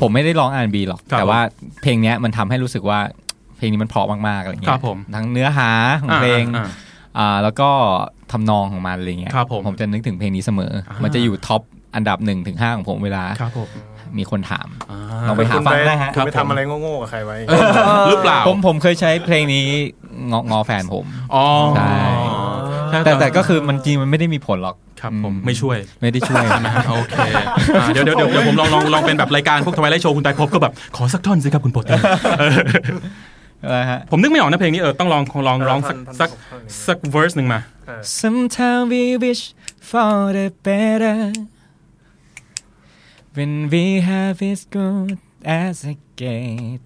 Speaker 6: ผมไม่ได้ร้องอ่านบีหรอก
Speaker 2: ครับ
Speaker 6: แต่ว่าเพลงเนี้ยมันทำให้รู้สึกว่าเพลงนี้มันเพราะมากๆอะไรเงี้ย
Speaker 2: ครับผม
Speaker 6: ทั้งเนื้อหาของเพลง
Speaker 2: อ่า
Speaker 6: อ่าแล้วก็ทำนองของมันอะไรเงี้ย
Speaker 2: ครับผม
Speaker 6: ผมจะนึกถึงเพลงนี้เสมอ
Speaker 2: อ่ามั
Speaker 6: มันจะอยู่ท็อปอันดับหนึ่งถึงห้าของผมเวลา
Speaker 2: อ่าครับผม
Speaker 6: มีคนถาม
Speaker 2: อ่า
Speaker 6: ลองไปหาฟังได้ฮะ
Speaker 8: คุณ
Speaker 2: ค
Speaker 8: ไป
Speaker 2: รับผม
Speaker 8: ทำอะไรโง่ๆกับใครไว้
Speaker 2: หรือเปล่า
Speaker 6: ผมผมเคยใช้เพลงนี้งองอแฟนผม
Speaker 2: อ๋อ
Speaker 6: ใช่ แต่แต่ก็คือมันจริงมันไม่ได้มีผลหรอก
Speaker 2: ครับ
Speaker 6: อื
Speaker 2: ผมไม่ช่วย
Speaker 6: ไม่ได้ช่วย
Speaker 2: โอเคอ่าเดี๋ยวเดี๋ยวเดี๋ยวเดี๋ยวผมลองลองลองเป็นแบบรายการพวกทวายไลท์โชว์คุณตายพบก็แบบขอสักท่อนสิครับคุณโปรตีนเออ
Speaker 6: นะฮะ
Speaker 2: ผมนึกไม่ออกนะเพลงนี้เออต้องลองลองลองสักสักสักเวอร์สหนึ่งมา
Speaker 6: Sometimes we wish for the better when we have it good as a gate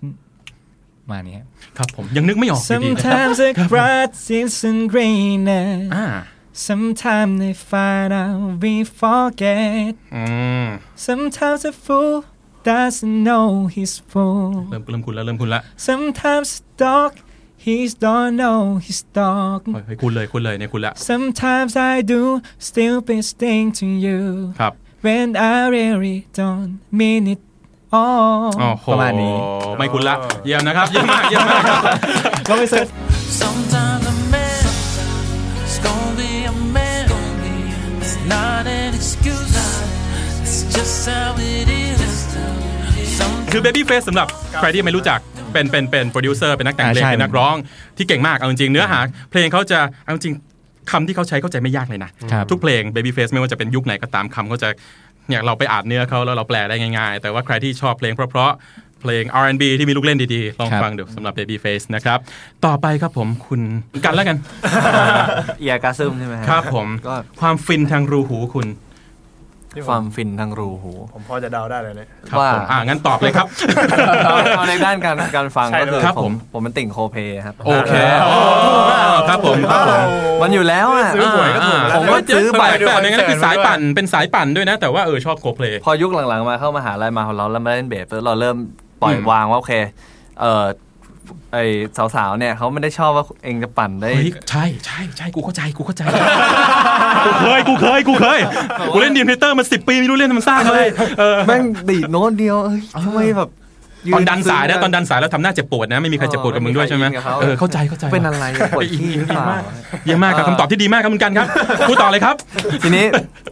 Speaker 6: มาเนี่ย
Speaker 2: ครับผมยังนึกไม่ออกอยู่ดีนะ
Speaker 6: Sometimes the grass isn't greener
Speaker 2: อ่า
Speaker 6: Sometimes they find out we forget
Speaker 2: อืม
Speaker 6: Sometimes a fool doesn't know he's fool
Speaker 2: เริ่มเริ่มคุณแล้วเริ่มคุณละ
Speaker 6: Sometimes dog he don't know he's dog
Speaker 2: เฮ้ยเฮ้ยคุณเลยคุณเลยเนี่ยคุณละ
Speaker 6: Sometimes I do stupid thing to you
Speaker 2: ครับ
Speaker 6: When I really don't mean it all
Speaker 2: โอ้โห
Speaker 6: ประมาณนี้
Speaker 2: ไม่คุณละ เยี่ยมนะครับ เยี่ยมมาก เยี่ยมมากครับ
Speaker 6: ก็ไม่เซ็ต
Speaker 10: Sometimes a man is gonna be a man. It's not an excuse. It's just how it is. Sometimes
Speaker 2: คือ Babyface สำหรับใครที่ยังไม่รู้จักเป็นเป็นเป็นโปรดิวเซอร์เป็นนักแต่งเพลง
Speaker 6: อ่าใช่
Speaker 2: เป็นนักร้องที่เก่งมากเอาจริงๆเนื้อหา เพลงเขาจะเอาจริงคำที่เขาใช้เข้าใจไม่ยากเลยนะ
Speaker 6: ครับ
Speaker 2: ทุกเพลง Babyface ไม่ว่าจะเป็นยุคไหนก็ตามคำเขาจะเนี่ยเราไปอ่านเนื้อเขาแล้วเราแปลได้ง่ายๆ แต่ว่าใครที่ชอบเพลงเพราะๆเพลง R&B ที่มีลูกเล่นดีๆ ลอง
Speaker 6: ครับ
Speaker 2: ฟังดูสำหรับ Babyface นะครับต่อไปครับผมคุณกันแล้วกัน
Speaker 7: เอียกาซึมใช่ไหมฮะ
Speaker 2: ครับผม
Speaker 7: ก็
Speaker 2: ความฟินทางรูหูคุณ
Speaker 7: ความฟินทางรูหู
Speaker 8: ผมพอจะเดาได้เลยเนี่ย
Speaker 7: ครับว่าผม
Speaker 2: อ่างั้นตอบเลยครับ
Speaker 7: เอาในด้านการการฟัง
Speaker 8: ใช่
Speaker 7: ก็คือ
Speaker 2: ครับ
Speaker 7: ผ
Speaker 2: ผม ม
Speaker 7: ผมเป็นติ่งโคเพครับ
Speaker 2: โอเคโอ้ครับผมครับผม
Speaker 7: มันอยู่แล้วอ่ะ
Speaker 8: ซื้อหวยก็ถูกแล้ว
Speaker 7: ผมก็ซื้อ
Speaker 2: ไป
Speaker 7: บัตร
Speaker 2: แบบอย่างนั้นคือสายปั่นเป็นสายปั่นด้วยนะ แต่ว่าเออชอบโคเพลย์
Speaker 7: พอยุคหลังๆมาเข้ามหาลัยมาของเราแล้วมาเล่นเบสแล้วเราเริ่มปล่อย
Speaker 2: อืม
Speaker 7: วางว่าโอเคเออไอสาวๆเนี่ยเขาไม่ได้ชอบว่าเองจะปั่นได้
Speaker 2: เฮ้ยใช่ใช่ใช่กูเข้าใจกูเข้าใจ กูเคยกูเคยกูเคยกูเล่นดีมเตอร์มาสิปีไม่รู้เล่นมันสร้างอะไรเออ
Speaker 7: แม่งดีดโน้ตเดียวเอ้ยทำไมแบบยื
Speaker 2: ตอนดันสายนะ
Speaker 7: ซึ้งกั
Speaker 2: ตอนดันสายแล้วทำหน้าเจ็บปวดนะ ไม่มีใครเจ็บปวดกับมึงด้วยใช่ไหม
Speaker 7: ไม่มีใครอินกับเขา
Speaker 2: เออเข้าใจเข้าใจ
Speaker 7: เป็นอะไรปวดขี้หรือเปล่า
Speaker 2: เยี่ยมมาก ครับคำตอบที่ดีมากครับคุณกันครับ พูดต่อเลยครับ
Speaker 7: ทีนี้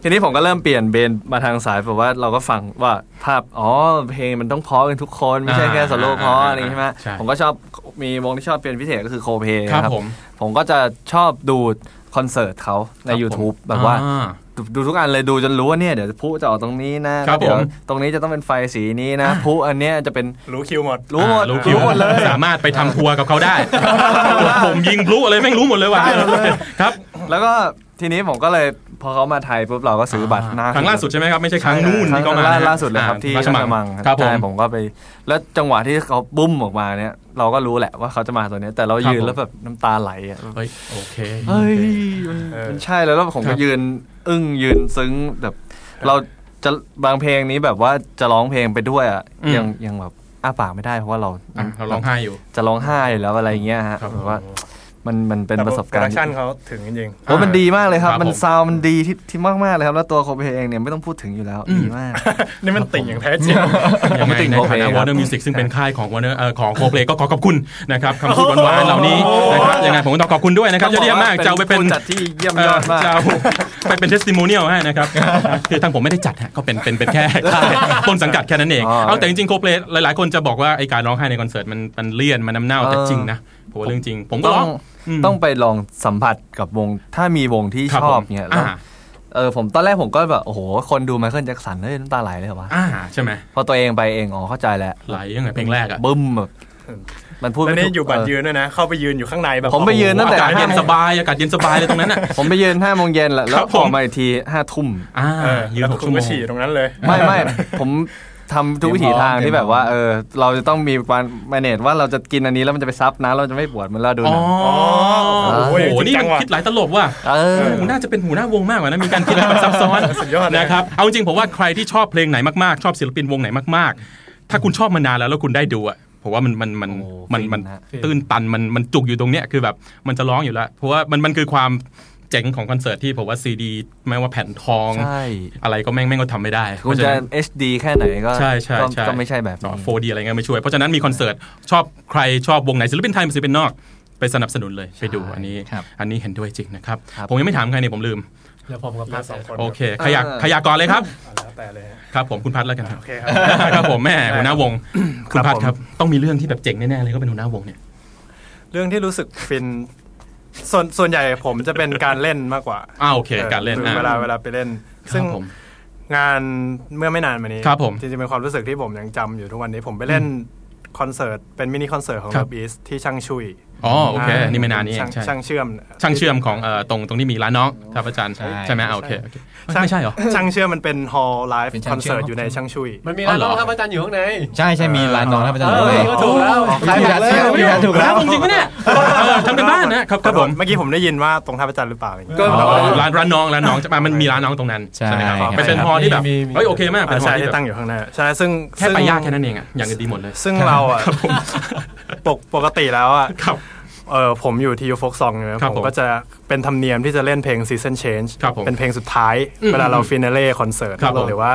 Speaker 7: ทีนี้ผมก็เริ่มเปลี่ยนเบนมาทางสายแบบว่าเราก็ฟังว่าภาพอ๋อเพลงมันต้องเพราะกันทุกคนไม่ใช่
Speaker 2: อ่า
Speaker 7: แค่สโลว์เพราะอะไรอย่างงี้ใช่ไหม
Speaker 2: ใช่
Speaker 7: ผมก็ชอบมีวงที่ชอบเป็นพิเศษก็คือโคเพ
Speaker 2: ครับผม
Speaker 7: ผมก็จะชอบดูคอนเสิร์ตเขาใน YouTube แบบว่า
Speaker 2: อ่
Speaker 7: ดูดูทุกอันเลยดูจนรู้ว่าเนี่ยเดี๋ยวพุจะออกตรงนี้นะครับ เดี๋ยว
Speaker 2: ผม
Speaker 7: ตรงนี้จะต้องเป็นไฟสีนี้นะพุอันเนี้ยจะเป็น
Speaker 8: รู้คิวหมด
Speaker 7: รู้หมด
Speaker 2: อ่ารู้คิว
Speaker 7: หมดเลย
Speaker 2: สามารถไปทำทัวร์กับเขา ได้ผมยิงพลุอะไรแม่งรู้หมดเลยว่ะครับ
Speaker 7: แล้วก็ทีนี้ผมก็เลยพอเขามาไทยปุ๊บเราก็ซื้อบัตรหน้า
Speaker 2: ครั้งล่าสุดใช่ไหมครับ ไม่ใช่ครั้งนู่น
Speaker 7: ครั้
Speaker 2: ที่เขามา
Speaker 7: ล่
Speaker 2: นะ
Speaker 7: ล่าสุดเลยครับ
Speaker 2: อ่
Speaker 7: ที่
Speaker 2: รา
Speaker 7: รา
Speaker 2: ช
Speaker 7: ช
Speaker 2: มั
Speaker 7: มัง
Speaker 2: งครับผม
Speaker 7: ใช่ผมก็ไป แล้วจังหวะที่เขาบุ้มออกมาเนี่ย เราก็รู้แหละว่าเขาจะมาตัวเนี้ยแต่เรายื
Speaker 2: ครับผ
Speaker 7: น
Speaker 2: ม
Speaker 7: แล้วแบบน้ำตาไหลอ่ะ
Speaker 2: เฮ้ยโอเค
Speaker 7: เฮ้ยมัน
Speaker 8: เออ
Speaker 7: มันใช่แล้วแล้วผม
Speaker 2: ครั
Speaker 7: ก็
Speaker 2: บ
Speaker 7: ยืนอึ้งยืนซึ้งแบบ เราจะบางเพลงนี้แบบว่าจะร้องเพลงไปด้วยอ่ะยังยังแบบอ้าปากไม่ได้เพราะว่าเรา
Speaker 2: อ่ะเราร้องไห้อยู่
Speaker 7: จะร้องไห้แล้วอะไรอย่างเงี้ยฮะ
Speaker 2: ครับ
Speaker 7: แบบว่ามันมันเป็นประสบ
Speaker 8: โปร
Speaker 7: การ
Speaker 8: ดัก
Speaker 7: ณ์
Speaker 8: ชั่นเขาถึงจริง
Speaker 7: โอ้มันดีมากเลยครับ
Speaker 2: ครับ
Speaker 7: มัน
Speaker 2: ผม
Speaker 7: ซาวด์มันดีที่ที่มากมากๆเลยครับ แล้วตัวโคเปเองเนี่ยไม่ต้องพูดถึงอยู่แล้ว
Speaker 2: อืม
Speaker 7: ดีมาก
Speaker 8: ๆ นี่มันติ่งอย่างแท้จริง
Speaker 2: ยังไงในฐานะ
Speaker 7: โอเคครับ
Speaker 2: Warner Music ซึ่งเป็นค่ายของ Warner เอ่อของ Coldplay ก็ขอขอบคุณนะครับคำพูดหวานๆเหล่านี้นะครับยังไงผมก็ต้องขอบคุณด้วยนะครับยอดเยี่ยมมากจะเอาไปเป็น
Speaker 7: ผู้จัดที่เยี่ยมยอดมาก
Speaker 2: เอ่อจะเอาไปเป็น testimonial ให้นะครับ คือทางผมไม่ได้จัดฮะก็เป็นเป็นเป็นแค่ ค่ายต้นสังกัดแค่นั้นเอง
Speaker 7: อ๋อ
Speaker 2: เอาแต่จริงๆโคเพลหลายๆ คนจะบอกว่าไอการร้องไห้ในคอนเสิร์ตมันมันเลี่ยนมันน้ำเน่า
Speaker 7: เออ
Speaker 2: แต่จริงนะผมว่าเรื่องจริง ผมก็
Speaker 7: ต้
Speaker 2: ร้
Speaker 7: อ
Speaker 2: อง งม
Speaker 7: ต้องไปลองสัมผัสกับวง ถ้ามีวงที่
Speaker 2: ครับ
Speaker 7: ชอบ
Speaker 2: ผม
Speaker 7: เนี่ยแล้ว
Speaker 2: อ่า
Speaker 7: เออผมตอนแรกผมก็แบบ โอ้โห คนดูไมเคิลแจ็คสันเฮ้ยน้ำตาไหลเลยเหรอวะ
Speaker 2: อ่าใช่ไหม
Speaker 7: พอตัวเองไปเองอ๋อเข้าใจแล้ว
Speaker 2: ไหลยังไงเพลงแรกอะ
Speaker 7: บึ้มแบบมันพูด
Speaker 8: แล้ว
Speaker 7: ไม่
Speaker 8: นี่
Speaker 7: ถูก
Speaker 8: อยู่บัตร
Speaker 7: เ
Speaker 8: ยืนด้วยนะ เข้าไปยืนอยู่ข้างในแบบ
Speaker 7: ผมไปยืนตั้งแต่
Speaker 2: อากาศเย็นสบายอากาศเย็นสบายเลยตรงนั้นอ่ะ
Speaker 7: ผมไปยืนห้าโมงเย็นแหละแล้ว
Speaker 2: ครับ
Speaker 7: อ
Speaker 2: ผม
Speaker 7: อกมาอีกทีห้าทุ่ม
Speaker 2: อ่า
Speaker 8: เออ
Speaker 2: ยืน
Speaker 8: แล้ว
Speaker 2: หก
Speaker 8: คุ
Speaker 2: ชั่ว
Speaker 8: ณ
Speaker 2: โม
Speaker 8: ก็
Speaker 2: ง
Speaker 8: ฉี่ตรงนั้นเลย
Speaker 7: ไม่ไม่ ผมทำทุกวิถีทางที่แบบว่าเออเราจะต้องมีการมเนจว่าเราจะกินอันนี้แล้วมันจะไปซับนะเราจะไม่ปวดเหมันเราดู
Speaker 2: อ๋
Speaker 7: ห
Speaker 2: อ
Speaker 7: นัง
Speaker 2: โอ้
Speaker 8: โอ้ย
Speaker 2: โห
Speaker 8: จริ
Speaker 2: นี่
Speaker 8: งจั
Speaker 2: มั
Speaker 8: ง
Speaker 2: น
Speaker 8: ว่ะ
Speaker 2: คิดหลายตลบว่ะ
Speaker 7: เออ
Speaker 2: โอ้โหน่าจะเป็นหัวหน้าวงมากกว่านะ มีการคิดอะไรแบบซับซ้อน
Speaker 8: สุดยอดเลย
Speaker 2: นะครับ เอาจริงผมว่าใครที่ชอบเพลงไหนมากๆ ชอบศิลปินวงไหนมากๆ ถ้าคุณชอบมานานแล้วแล้วคุณได้ดูอ่ะผมว่ามันมันมัน
Speaker 7: โอ้โห
Speaker 2: มัน
Speaker 7: ฟิน
Speaker 2: มัน
Speaker 7: นะ
Speaker 2: ตื้นตันมันมันจุกอยู่ตรงเนี้ยคือแบบมันจะร้องอยู่แล้ว เพราะว่ามันมันคือความเจ๋งของคอนเสิร์ตที่ผมว่าซีดีไม่ว่าแผ่นทอง
Speaker 7: ใช่
Speaker 2: อะไรก็แม่งแม่งก็ทำไม่ได้
Speaker 7: คุณ
Speaker 2: เพราฉ
Speaker 7: จะ
Speaker 2: นั้น
Speaker 7: HD แค่ไหนก็
Speaker 2: ใช่ใช่
Speaker 7: ก็
Speaker 2: ใช่
Speaker 7: ก็ไม่ใช่แบบ
Speaker 2: ต่อ
Speaker 7: นี้
Speaker 2: 4D อะไรเงี้ยไม่ช่วย เพราะฉะนั้นมีคอนเสิร์ต ชอบใครชอบวงไหนศิลปินไทยศิลปินนอก ไปสนับสนุนเลย ไปดูอันนี้
Speaker 6: ครับ
Speaker 2: อันนี้เห็นด้วยจริงนะครับ
Speaker 7: ครับ
Speaker 2: ผมยังไม่ถามใครเนี่ยผมลืม
Speaker 5: เดี๋ยวผมกับ
Speaker 8: มา
Speaker 5: พั
Speaker 8: สอง
Speaker 5: ก
Speaker 8: คน
Speaker 2: โอเค ขยัก
Speaker 7: เออ
Speaker 2: ขยักก่อนเลยครับ
Speaker 8: แล้วแต่เลยฮะ
Speaker 2: ครับผมคุณพัดแล้วกันครับ
Speaker 8: โอเคครับ
Speaker 2: ครับผมแม่หัวหน้าวง คุณพัด
Speaker 8: ผม
Speaker 2: ครับ ต้องมีเรื่องที่แบบเจ๋งแน่ๆเลยก็เป็นหัวหน้าวงเนี่ย
Speaker 8: เรื่องที่รู้สึกฟิน ส่วนส่วนใหญ่ผมจะเป็นการเล่นมากกว่า
Speaker 2: อ้าวโอเค การเล่น
Speaker 8: ออ
Speaker 2: อ่ะ
Speaker 8: เวลาเวลาไปเล่น
Speaker 2: ซึ่
Speaker 8: ซึ่
Speaker 2: ง
Speaker 8: ง
Speaker 2: ผม
Speaker 8: งานเมื่อไม่นานมานี้
Speaker 2: ครับผม
Speaker 8: จริงๆเป็นความรู้สึกที่ผมยังจำอยู่ทุกวันนี้ผมไปเล่นคอนเสิร์ตเป็นมินิคอนเสิร์ตของ
Speaker 2: ครั
Speaker 8: เลิ
Speaker 2: บ
Speaker 8: ฟอีสที่ช่างชุย
Speaker 2: อ๋อโอเค
Speaker 8: อ่
Speaker 2: นี่ไม่นานนี้เอ
Speaker 8: ช่าง ง
Speaker 2: ใช่
Speaker 8: ช่างเชื่อม
Speaker 2: ช่างเชื่อมของเอ่อตรงตรงที่มีร้านน้องท่าพระจันทร์
Speaker 6: ใช่
Speaker 2: ใช่ไหมอ่ะโอเคโอเคเอ้ย
Speaker 8: ช่าง
Speaker 2: ไม่ใช่เหรอ
Speaker 8: ช่างเชื่อมมันเป็นฮอลล์ไลฟ์
Speaker 6: เป็น
Speaker 8: ค
Speaker 6: ช่า
Speaker 8: อง น
Speaker 6: เชื่อม
Speaker 8: เสิร์ตอยู่ในช่างชุย
Speaker 5: มันมีร้า
Speaker 2: อ๋อ
Speaker 5: น
Speaker 2: เหรอ
Speaker 5: รองเท้าพระจันทร์อยู่ข้างใน
Speaker 6: ใช่ใช่มีร้านน้องท่าประจันทร์ด้
Speaker 5: เอ
Speaker 6: วย
Speaker 5: อก็ถูกแล้ว
Speaker 6: ขายแบบ
Speaker 5: ขา
Speaker 6: แล้ว
Speaker 5: ยแบบแล้ว
Speaker 6: ถูกแล้ว
Speaker 2: จริงปะเนี่ยเออทำเป็นบ้านนะครับครับผม
Speaker 8: เมื่อกี้ผมได้ยินว่าตรงท่าพระจันทร์หรือเปล่าอย่างเงี้ย
Speaker 7: ก็
Speaker 2: อ๋อร้านร้านน้องร้านน้องจะมามันมีร้านน้องตรงนั้น
Speaker 6: ใช่
Speaker 2: ไหมครับ
Speaker 6: ครับ
Speaker 2: มันเป็นฮอลล์ที่แบบ
Speaker 5: มีมี
Speaker 2: เฮ้ยโอเคมากเป็น
Speaker 8: อ่า
Speaker 2: ฮอล
Speaker 8: ใช่
Speaker 2: ล์ที่
Speaker 8: ที่
Speaker 2: แบบ
Speaker 8: ตั้งอยู่ข้างหน้าใช่ซึ่ง
Speaker 2: แค่
Speaker 8: ซึ่ง
Speaker 2: ไปยากแค่นั้นเองอะอย่างอื่นดีหมดเลย
Speaker 8: ซึ่งเราอ่ะปกปกติแล้วอ่ะ
Speaker 2: ครับ
Speaker 8: เออผมอยู่ทีโอฟกซองเนี่ย
Speaker 2: ครับ
Speaker 8: ผ
Speaker 2: ผม
Speaker 8: มก็จะเป็นธรรมเนียมที่จะเล่นเพลง Season Change
Speaker 2: ครับผม
Speaker 8: เป็นเพลงสุดท้าย เวลาเราฟินาเล่คอนเสิร์ต
Speaker 2: ครับผม
Speaker 8: หรือว่า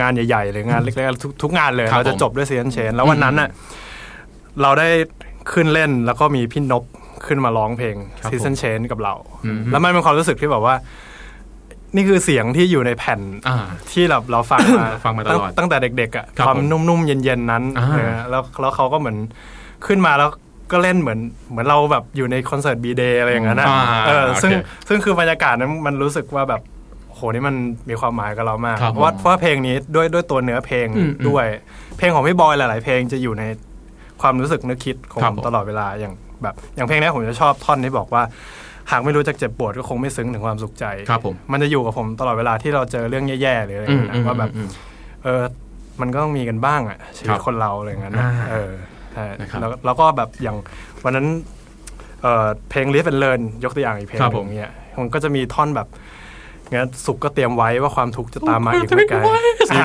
Speaker 8: งานใหญ่ ๆ หรืองานเล็กๆทุกทุกงานเลย
Speaker 2: ครับ
Speaker 8: เราจะจบด้วย Season Change แล้ววันนั้นอ่ะเราได้ขึ้นเล่นแล้วก็มีพี่นบขึ้นมาร้องเพลง
Speaker 2: ครับผม
Speaker 8: Season Change กับเรา แล้วมันเป็นความรู้สึกที่แบบว่า นี่คือเสียงที่อยู่ในแผ่น
Speaker 2: อ่า
Speaker 8: ที่เราเราฟังมา
Speaker 2: ฟังมาตลอด
Speaker 8: ตั้งแต่เด็กๆอ่ะ
Speaker 2: ครับ
Speaker 8: ความ
Speaker 2: ผม
Speaker 8: นุ่มๆ เย็นๆ นั้น
Speaker 2: อ่า
Speaker 8: เออแล้วแล้วเขาก็เหมือนขึ้นมาแล้วก็เล่นเหมือนเหมือนเราแบบอยู่ในคอนเสิร์ตบีเดย์อะไรอย่างนั้นนะ
Speaker 2: อ่า
Speaker 8: เออซึ่ง
Speaker 2: โอเค
Speaker 8: ซึ่งคือบรรยากาศนั้นมันรู้สึกว่าแบบโหนี่มันมีความหมายกับเรามาก
Speaker 2: ครับ
Speaker 8: เพราะว่าเพราะว่าเพลงนี้ด้วยด้วยตัวเนื้อเพลง
Speaker 2: อืมอืม
Speaker 8: ด้วย เพลงของพี่บอยหลาย ๆ เพลงจะอยู่ในความรู้สึกนึกคิดของ
Speaker 2: ครั
Speaker 8: ผ
Speaker 2: บ
Speaker 8: ม
Speaker 2: ผม
Speaker 8: ตลอดเวลาอย่างแบบอย่างเพลงนี้ผมจะชอบท่อนที่บอกว่า หากไม่รู้จักเจ็บปวดก็คงไม่ซึ้งถึงความสุขใจ
Speaker 2: ครับผม
Speaker 8: มันจะอยู่กับผมตลอดเวลาที่เราเจอเรื่องแย่ๆหรืออะไรอย่างเงี้ย
Speaker 2: อืม
Speaker 8: นะว่าแบบ
Speaker 2: อืมอืม
Speaker 8: เออ มันก็ต้องมีกันบ้างอ่ะชี
Speaker 2: ค
Speaker 8: วิ
Speaker 2: รั
Speaker 8: ต
Speaker 2: บ
Speaker 8: คนเราอะไรอย่างเงี้ยนะ
Speaker 2: อ่า
Speaker 8: เออใช่
Speaker 2: นะครับ
Speaker 8: แล้วแล้วก็แบบอย่างวันนั้นเออเพลง Live and Learn ยกตัวอย่างอีกเพลง
Speaker 2: ครับ
Speaker 8: ห
Speaker 2: ผม
Speaker 8: นึ่งเนี้ยมันก็จะมีท่อนแบบงั้นสุขก็เตรียมไว้ว่าความทุกข์จะตามมาอีกไม่ไกล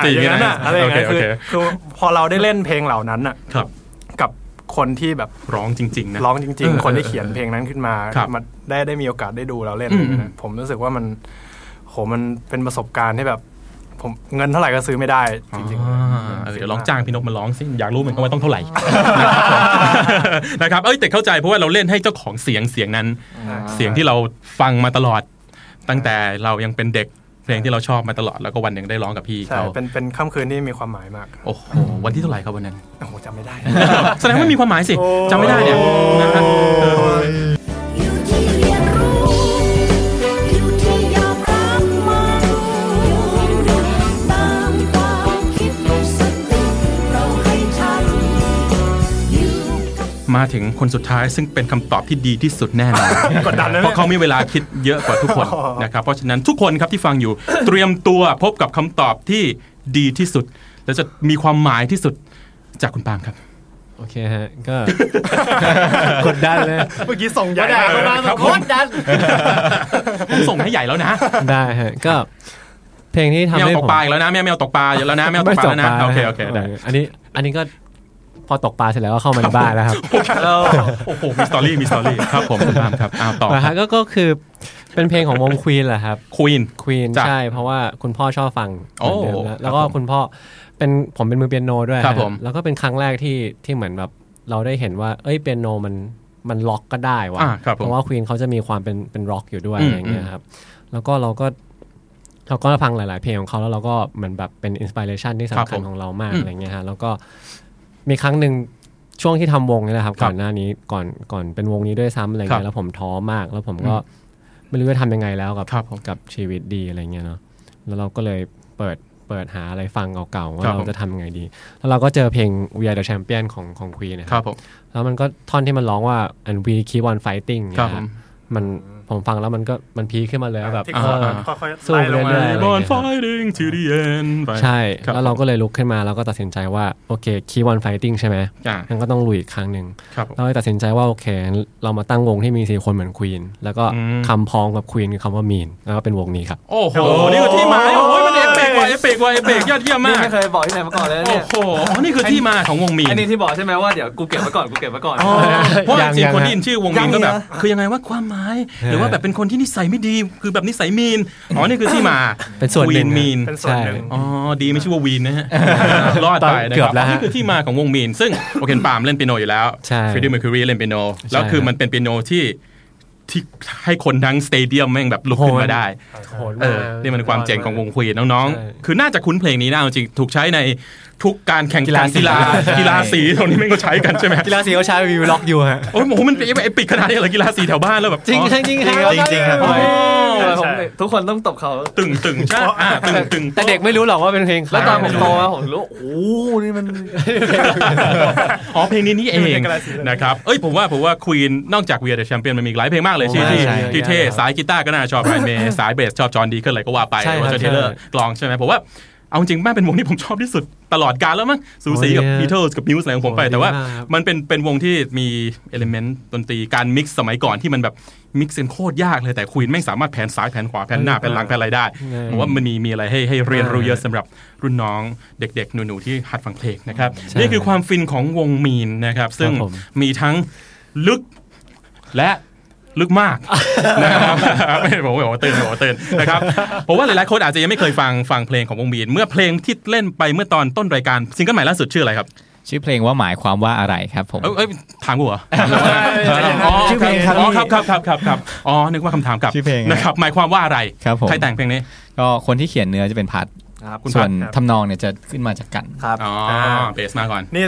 Speaker 2: จะมี
Speaker 8: อ่ะ
Speaker 2: อี
Speaker 8: อก ย่างนั้นอ่ะ
Speaker 2: นะ
Speaker 8: อะไรอย่างเงี้ย
Speaker 2: โอ
Speaker 8: คือ
Speaker 2: เค
Speaker 8: คือพอเราได้เล่นเพลงเหล่านั้นอ่ะ
Speaker 2: ครับ
Speaker 8: กับคนที่แบบ
Speaker 2: ร้องจริง ๆ นะ
Speaker 8: ร้องจริง
Speaker 2: ออ
Speaker 8: ๆ คนที่เขียนเพลงนั้นขึ้นมา
Speaker 2: ครับ
Speaker 8: มาได้ได้มีโอกาสได้ดูเราเล่น
Speaker 2: อืม
Speaker 8: อะไรเงี้ยนะผมรู้สึกว่ามันโหมันเป็นประสบการณ์ที่แบบ ผมเงินเท่าไหร่ก็ซื้อไม่ได้ จริง
Speaker 2: อ่าเออเดี๋ยวลองจ้างพี่นกมาร้องสิอยากรู้เหมือนกันว่าต้องเท่าไห ร่ นะครับเอ้ยแต่เข้าใจเพราะว่าเราเล่นให้เจ้าของเสียงเสียงนั้น เสียงที่เราฟังมาตลอด ตั้งแต่เรายังเป็นเด็กเพลงที่เราชอบมาตลอดแล้วก็วันหนึ่งได้ร้องกับพี่
Speaker 8: ๆ ใช่
Speaker 2: เขา
Speaker 8: เป็นเป็นค่ำคืนที่มีความหมายมาก
Speaker 2: โอ้โหวันที่เท่าไหร่ครับวันนั้น
Speaker 8: โอ้โหจำไม่ได้
Speaker 2: แสดงว่ามีความหมายสิจำไม่ได้เนี่ยนะฮะเออ มาถึงคนสุดท้ายซึ่งเป็นคำตอบที่ดีที่สุดแน่นอน
Speaker 8: กดดันนะเนี่ย
Speaker 2: เพราะเขามีเวลาคิดเยอะกว่าทุกคน นะครับ เพราะฉะนั้นทุกคนครับที่ฟังอยู่ เตรียมตัวพบกับคำตอบที่ดีที่สุด และจะมีความหมายที่สุดจากคุณปาล์มครับ
Speaker 5: โอเคฮะ ก็ กดดันเลย
Speaker 8: เมื่อกี้ส่งยา
Speaker 2: เออครับผม ผมส่งให้ใหญ่แล้ว นะ
Speaker 5: ได้ฮะ ก็เพลงที่ทำ
Speaker 2: แมว
Speaker 5: ให้
Speaker 2: ต
Speaker 5: ผ
Speaker 2: ก
Speaker 5: ม
Speaker 2: ปลาอีกแล้วนะแมวแมวตกปลาอยู่แล้วนะแมวตกปลาแล้วนะโอเคโอเคได้
Speaker 5: อันนี้อันนี้ก็พอตกปลาเสร็จแล้วก็เข้ามาในบ้าน แล้วครับ
Speaker 2: โอ้โหมีสตอรี่มีสตอรี่ครับผมคุณปาล์มครับอ้าวต่อ
Speaker 5: นะ
Speaker 2: ค
Speaker 5: ฮะ
Speaker 2: รับ
Speaker 5: ก็ก็คือเป็นเพลงของวงควีนแหละครับ
Speaker 2: Queen
Speaker 5: ควีน
Speaker 2: จ้ะ
Speaker 5: ใช่ เพราะว่าคุณพ่อชอบฟังเหมือนเดิม
Speaker 2: โอ้
Speaker 5: แล้วแล้วก็คุณพ่อเป็นผมเป็นมือเปียโนด้วย
Speaker 2: ครับ
Speaker 5: ฮะ
Speaker 2: ผม
Speaker 5: แล้วก็เป็นครั้งแรกที่ที่เหมือนแบบเราได้เห็นว่า เอ้ยเปียโนมันมันล็อกก็ได้ว่ะ
Speaker 2: อ่าครับผม
Speaker 5: เพราะว่าควีนเขาจะมีความเป็นเป็นล็อกอยู่ด้วย
Speaker 2: อืม
Speaker 5: อะไรอย่างเงี้ยครับ แล้วก็เราก็เราก็ฟังหลาย ๆ เพลงของเขาแล้วเราก็เหมือนแบบเป็นอินสปิเรชันที่สำคัญของเรามาก
Speaker 2: อืม
Speaker 5: อะไรเงี้ยฮะแล้วก็มีครั้งหนึ่งช่วงที่ทำวงนี่แหละครับ
Speaker 2: ครับ
Speaker 5: ก่อนหน้านี้ก่อนก่อนเป็นวงนี้ด้วยซ้ำอะไร
Speaker 2: ครั
Speaker 5: เงี้
Speaker 2: บ
Speaker 5: ยแล้วผมท้อมาก แล้วผมก็ไม่รู้จะทำยังไงแล้วกับกับชีวิตดีอะไรเงี้ยเนาะแล้วเราก็เลยเปิดเปิดหาอะไรฟังเก่าๆว่า
Speaker 2: ครับ
Speaker 5: เรา
Speaker 2: ผม
Speaker 5: จะทำยังไงดี แล้วเราก็เจอเพลง We Are the Champion ของของควีนะค
Speaker 2: ครั
Speaker 5: รั
Speaker 2: บบ ผม
Speaker 5: แล้วมันก็ท่อนที่มันร้องว่า and we keep on fighting เนี่ย
Speaker 2: ครับ
Speaker 5: ฮะ
Speaker 2: ผม
Speaker 5: มันผมฟังแล้วมันก็มันพีคขึ้นมาเลยว่าแบบ
Speaker 8: ที่
Speaker 5: เอ
Speaker 8: ค่อย
Speaker 5: อ
Speaker 8: ค่อยๆ
Speaker 5: สู้
Speaker 8: ไล่
Speaker 5: ไป
Speaker 8: ลงมา
Speaker 5: เรื่อยๆอะไรอย่า
Speaker 2: on
Speaker 5: งเงี้ย
Speaker 2: fighting till the end ไป
Speaker 5: ใช่
Speaker 2: ครับ
Speaker 5: แล้วเราก็เลยลุกขึ้นมาแล้วก็ตัดสินใจว่า โอเคคีวันไฟติ้งใช่ไหม
Speaker 2: อ่างั้
Speaker 5: งั้นก็ต้องลุยอีกครั้งหนึ่ง
Speaker 2: ครับผม
Speaker 5: เราเลยตัดสินใจว่า โอเค เรามาตั้งวงที่มีสี่คนเหมือนควีนแล้วก็
Speaker 2: อืม
Speaker 5: คำพ้องกับควีนคือคำว่ามีนแล้วก็เป็นวงนี้ครับ
Speaker 2: โอ้โห นี่คือที่มาโอ้ยมันเอเปกว่ะเอเปกว่ะเอเปกยอดเยี่ยม
Speaker 3: นี่
Speaker 2: มาก
Speaker 3: ไม่เคยบอกที่ไหนมาก่อนเลยนะเนี่ย
Speaker 2: โอ้โหอ๋อนี่คือที่มาของวงมีน
Speaker 3: อันนี้ที่บอกใช่ไหมว่าเดี๋ยวกูเก็บไว้ก่อนกูเก็บไว้ก่อน
Speaker 2: เพราะ
Speaker 5: ยัง
Speaker 2: จริง
Speaker 5: ยัง
Speaker 2: ๆคนที่
Speaker 5: ฮะ
Speaker 2: ยินชื่อวงมีนก็แบบ คือยังไงว่าความหมาย หรือว่าแบบเป็นคนที่นิสัยไม่ดี คือแบบนิสัยมีน อ๋อ นี่คือที่มา
Speaker 5: เป็นส่วนหนึ่ง
Speaker 2: วีมีน
Speaker 8: เป็นส่วนหนึ่ง
Speaker 2: อ๋อ ดีไม่ชื่อว่าวีนนะฮะ รอดไปนะ
Speaker 5: เกื
Speaker 2: ค
Speaker 5: อ
Speaker 2: รั
Speaker 5: บบ แล้วฮะ
Speaker 2: นี่คือที่มาของวงมีน ซึ่งโอเคนปาล์มเล่นเปียโนอยู่แล้ว
Speaker 5: ใช่
Speaker 2: ฟรีด d ม e ร์คิวรีเล่นเปียโน แล้ว
Speaker 5: ใช่
Speaker 2: คือมันเป็นเปียโนที่ที่ให้คนทั้งสเตเดียมแม่งแบบลุกขึ้นมาได้
Speaker 5: โหดมาก
Speaker 2: เออ นี่มันความเจ๋งของวงควีนน้อง
Speaker 5: ใช่
Speaker 2: ๆ คือน่าจะคุ้นเพลงนี้นะเอาจริง ถูกใช้ในทุกการแข่ง
Speaker 5: กี
Speaker 2: ขั
Speaker 5: ฬาน สี
Speaker 2: กีฬากีฬาสีตรงนี้แม่งก็ใช้กันใช่ไหม
Speaker 5: กีฬาสีเขาใช้วิวล็อกอยู่ฮะ
Speaker 2: โอ้ยโหมันเป็นไอปิดขนาดนี้เหรอกีฬาสีแถวบ้านแล้วแบบ
Speaker 5: จริง
Speaker 2: อ๋อ
Speaker 5: ใช่จริงฮะ
Speaker 11: จริงจริงครับ
Speaker 5: โอ้
Speaker 3: ใช่ผมทุกคนต้องตบเขา
Speaker 2: ตึงตึงใช่อ่าตึงตึง
Speaker 5: แต่เด็กไม่รู้หรอกว่าเป็นเพลง
Speaker 3: แล้วตอนผม
Speaker 5: ใคร
Speaker 3: โตมาผมรู้ว่าโอ้โหนี่มัน
Speaker 2: อ๋อเพลงนี้นี่เอ
Speaker 8: อยู่
Speaker 2: ง
Speaker 8: ในกาแล็กซี่
Speaker 2: นะครับเอ้ยผมว่าผมว่าควีนนอกจากเวียร์เดอะแชมเปี้ยนมันมีอีกหลายเพลงมากเลยที่ที่
Speaker 11: ใช่
Speaker 2: ที่เท่สายกีตาร์ก็น่าชอบแบรนด์เมย์สายเบสชอบจอห์นดีก็เลยก็ว่าไป
Speaker 5: ใช่
Speaker 2: ว่า
Speaker 5: ครั
Speaker 2: เจอ
Speaker 5: บ
Speaker 2: เทเลอร์
Speaker 5: ใช่
Speaker 2: กลองใช่ไหมผมว่าเอาจริงๆแม่เป็นวงที่ผมชอบที่สุดตลอดกาลแล้วมั้งสูสีกับ
Speaker 5: โอ้ย
Speaker 2: บีเทิลส์กับมิวส์อะไรของผมไป
Speaker 5: โอ้ย
Speaker 2: แต่ว่า
Speaker 5: ดีมากครับ
Speaker 2: มันเป็นเป็นวงที่มีเอลิเมนต์ดนตรีการมิกซ์สมัยก่อนที่มันแบบมิกซ์กันโคตรยากเลยแต่ควีนไม่งสามารถแผนซ้ายแผนขวาแผนหน้าแผนหลังแผนอะไรได้ผมว่ามันมีมีอะไรให้ให้เรียนรู้เยอะสำหรับรุ่นน้องเด็กๆ หนูๆที่หัดฟังเพลงนะครับ
Speaker 5: ใช่
Speaker 2: นี่คือความฟินของวงมีนนะครับซึ่ง
Speaker 5: ครับผม
Speaker 2: มีทั้งลึกและลึก มาก นะครับไม่ผมบอกว่าตื่นผมบอกว่าตื่นนะครับผมว่าหลายๆคนอาจจะยังไม่เคยฟังฟังเพลงของวงมีนเมื่อเพลงที่เล่นไปเมื่อตอนต้นรายการซิงเกิลใหม่ล่าสุดชื่ออะไรครับ
Speaker 6: ชื่อเพลงว่าหมายความว่าอะไรครับผม
Speaker 2: เอ้ยเอ้ยถามกูเหรอ
Speaker 6: อ๋อชื่อเพลงครับ
Speaker 2: อ๋อ
Speaker 6: พี่
Speaker 2: ครับครับครับครับครับอ๋อนึกว่าคำถามกลับ
Speaker 6: ชื่อเพลง
Speaker 2: นะครับหมายความว่าอะไร
Speaker 6: ครับผม
Speaker 2: ใครแต่งเพลงนี้
Speaker 6: ก็คนที่เขียนเนื้อจะเป็นพัด
Speaker 2: ครับคุณพัด
Speaker 6: ส่วน
Speaker 2: ครับ
Speaker 6: ทำนองเนี่ยจะขึ้นมาจากกัน
Speaker 3: ครับ
Speaker 2: อ๋อเบสมาก่อน
Speaker 3: นี่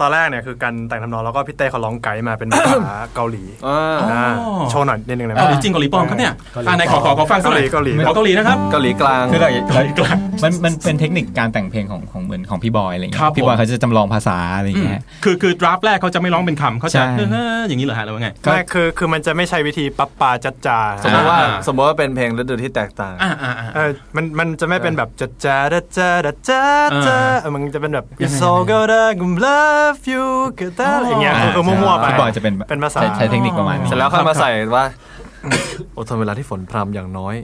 Speaker 3: ตอนแรกเนี่ยคือการแต่งทำนองแล้วก็พี่เต้เขาร้องไกด์มา เป็นภา ษาเกาหลี
Speaker 2: อ๋ออ่
Speaker 3: าโชว์หน่อยนิดนึงนะ
Speaker 2: เกาหลีจริงเกาหลีปลอมครับเนี่ยอ่าไหนขอขอขอฟังสักหน่อย
Speaker 3: เกาหลี
Speaker 2: ขอเกาหลีนะครับ
Speaker 7: เกาหลีกลาง
Speaker 6: คือเราเรามันมันเป็นเทคนิคการแต่งเพลงของของเหมือนของพี่บอยอะไรเงี้ยพี่บอยเขาจะจำลองภาษาอะไรเงี้ย
Speaker 2: คือคือดราฟแรกเขาจะไม่ร้องเป็นคำเขา
Speaker 6: ใช่
Speaker 2: จะเฮ้ออย่างนี้เหรอฮะหรือว่าไง
Speaker 3: ไม่คือคือมันจะไม่ใช่วิธีปั๊บปาจัดจา
Speaker 7: สมมติว่า
Speaker 2: อ่า
Speaker 7: สมมติว่าเป็นเพลงฤดูที่แตกต่าง
Speaker 2: อ่าอ่าอ่า
Speaker 3: เออมันมันจะไม่เป็นแบบจัดจาดัดจาดัดจาจาเออมันจะเป็นแบบ it's all good I'm love you ก็ได้อะไรอย่างเงี้ยคือคือมั่วๆไป
Speaker 6: พี่บอยจะเป็นแบบ
Speaker 3: เป็นภาษา
Speaker 6: ใช้ใช้เทคนิคประมาณนี้
Speaker 7: เสร็จแล้วค่อยมาใส่ว่า อดทนเวลาที่ฝนพรำอย่างน้อย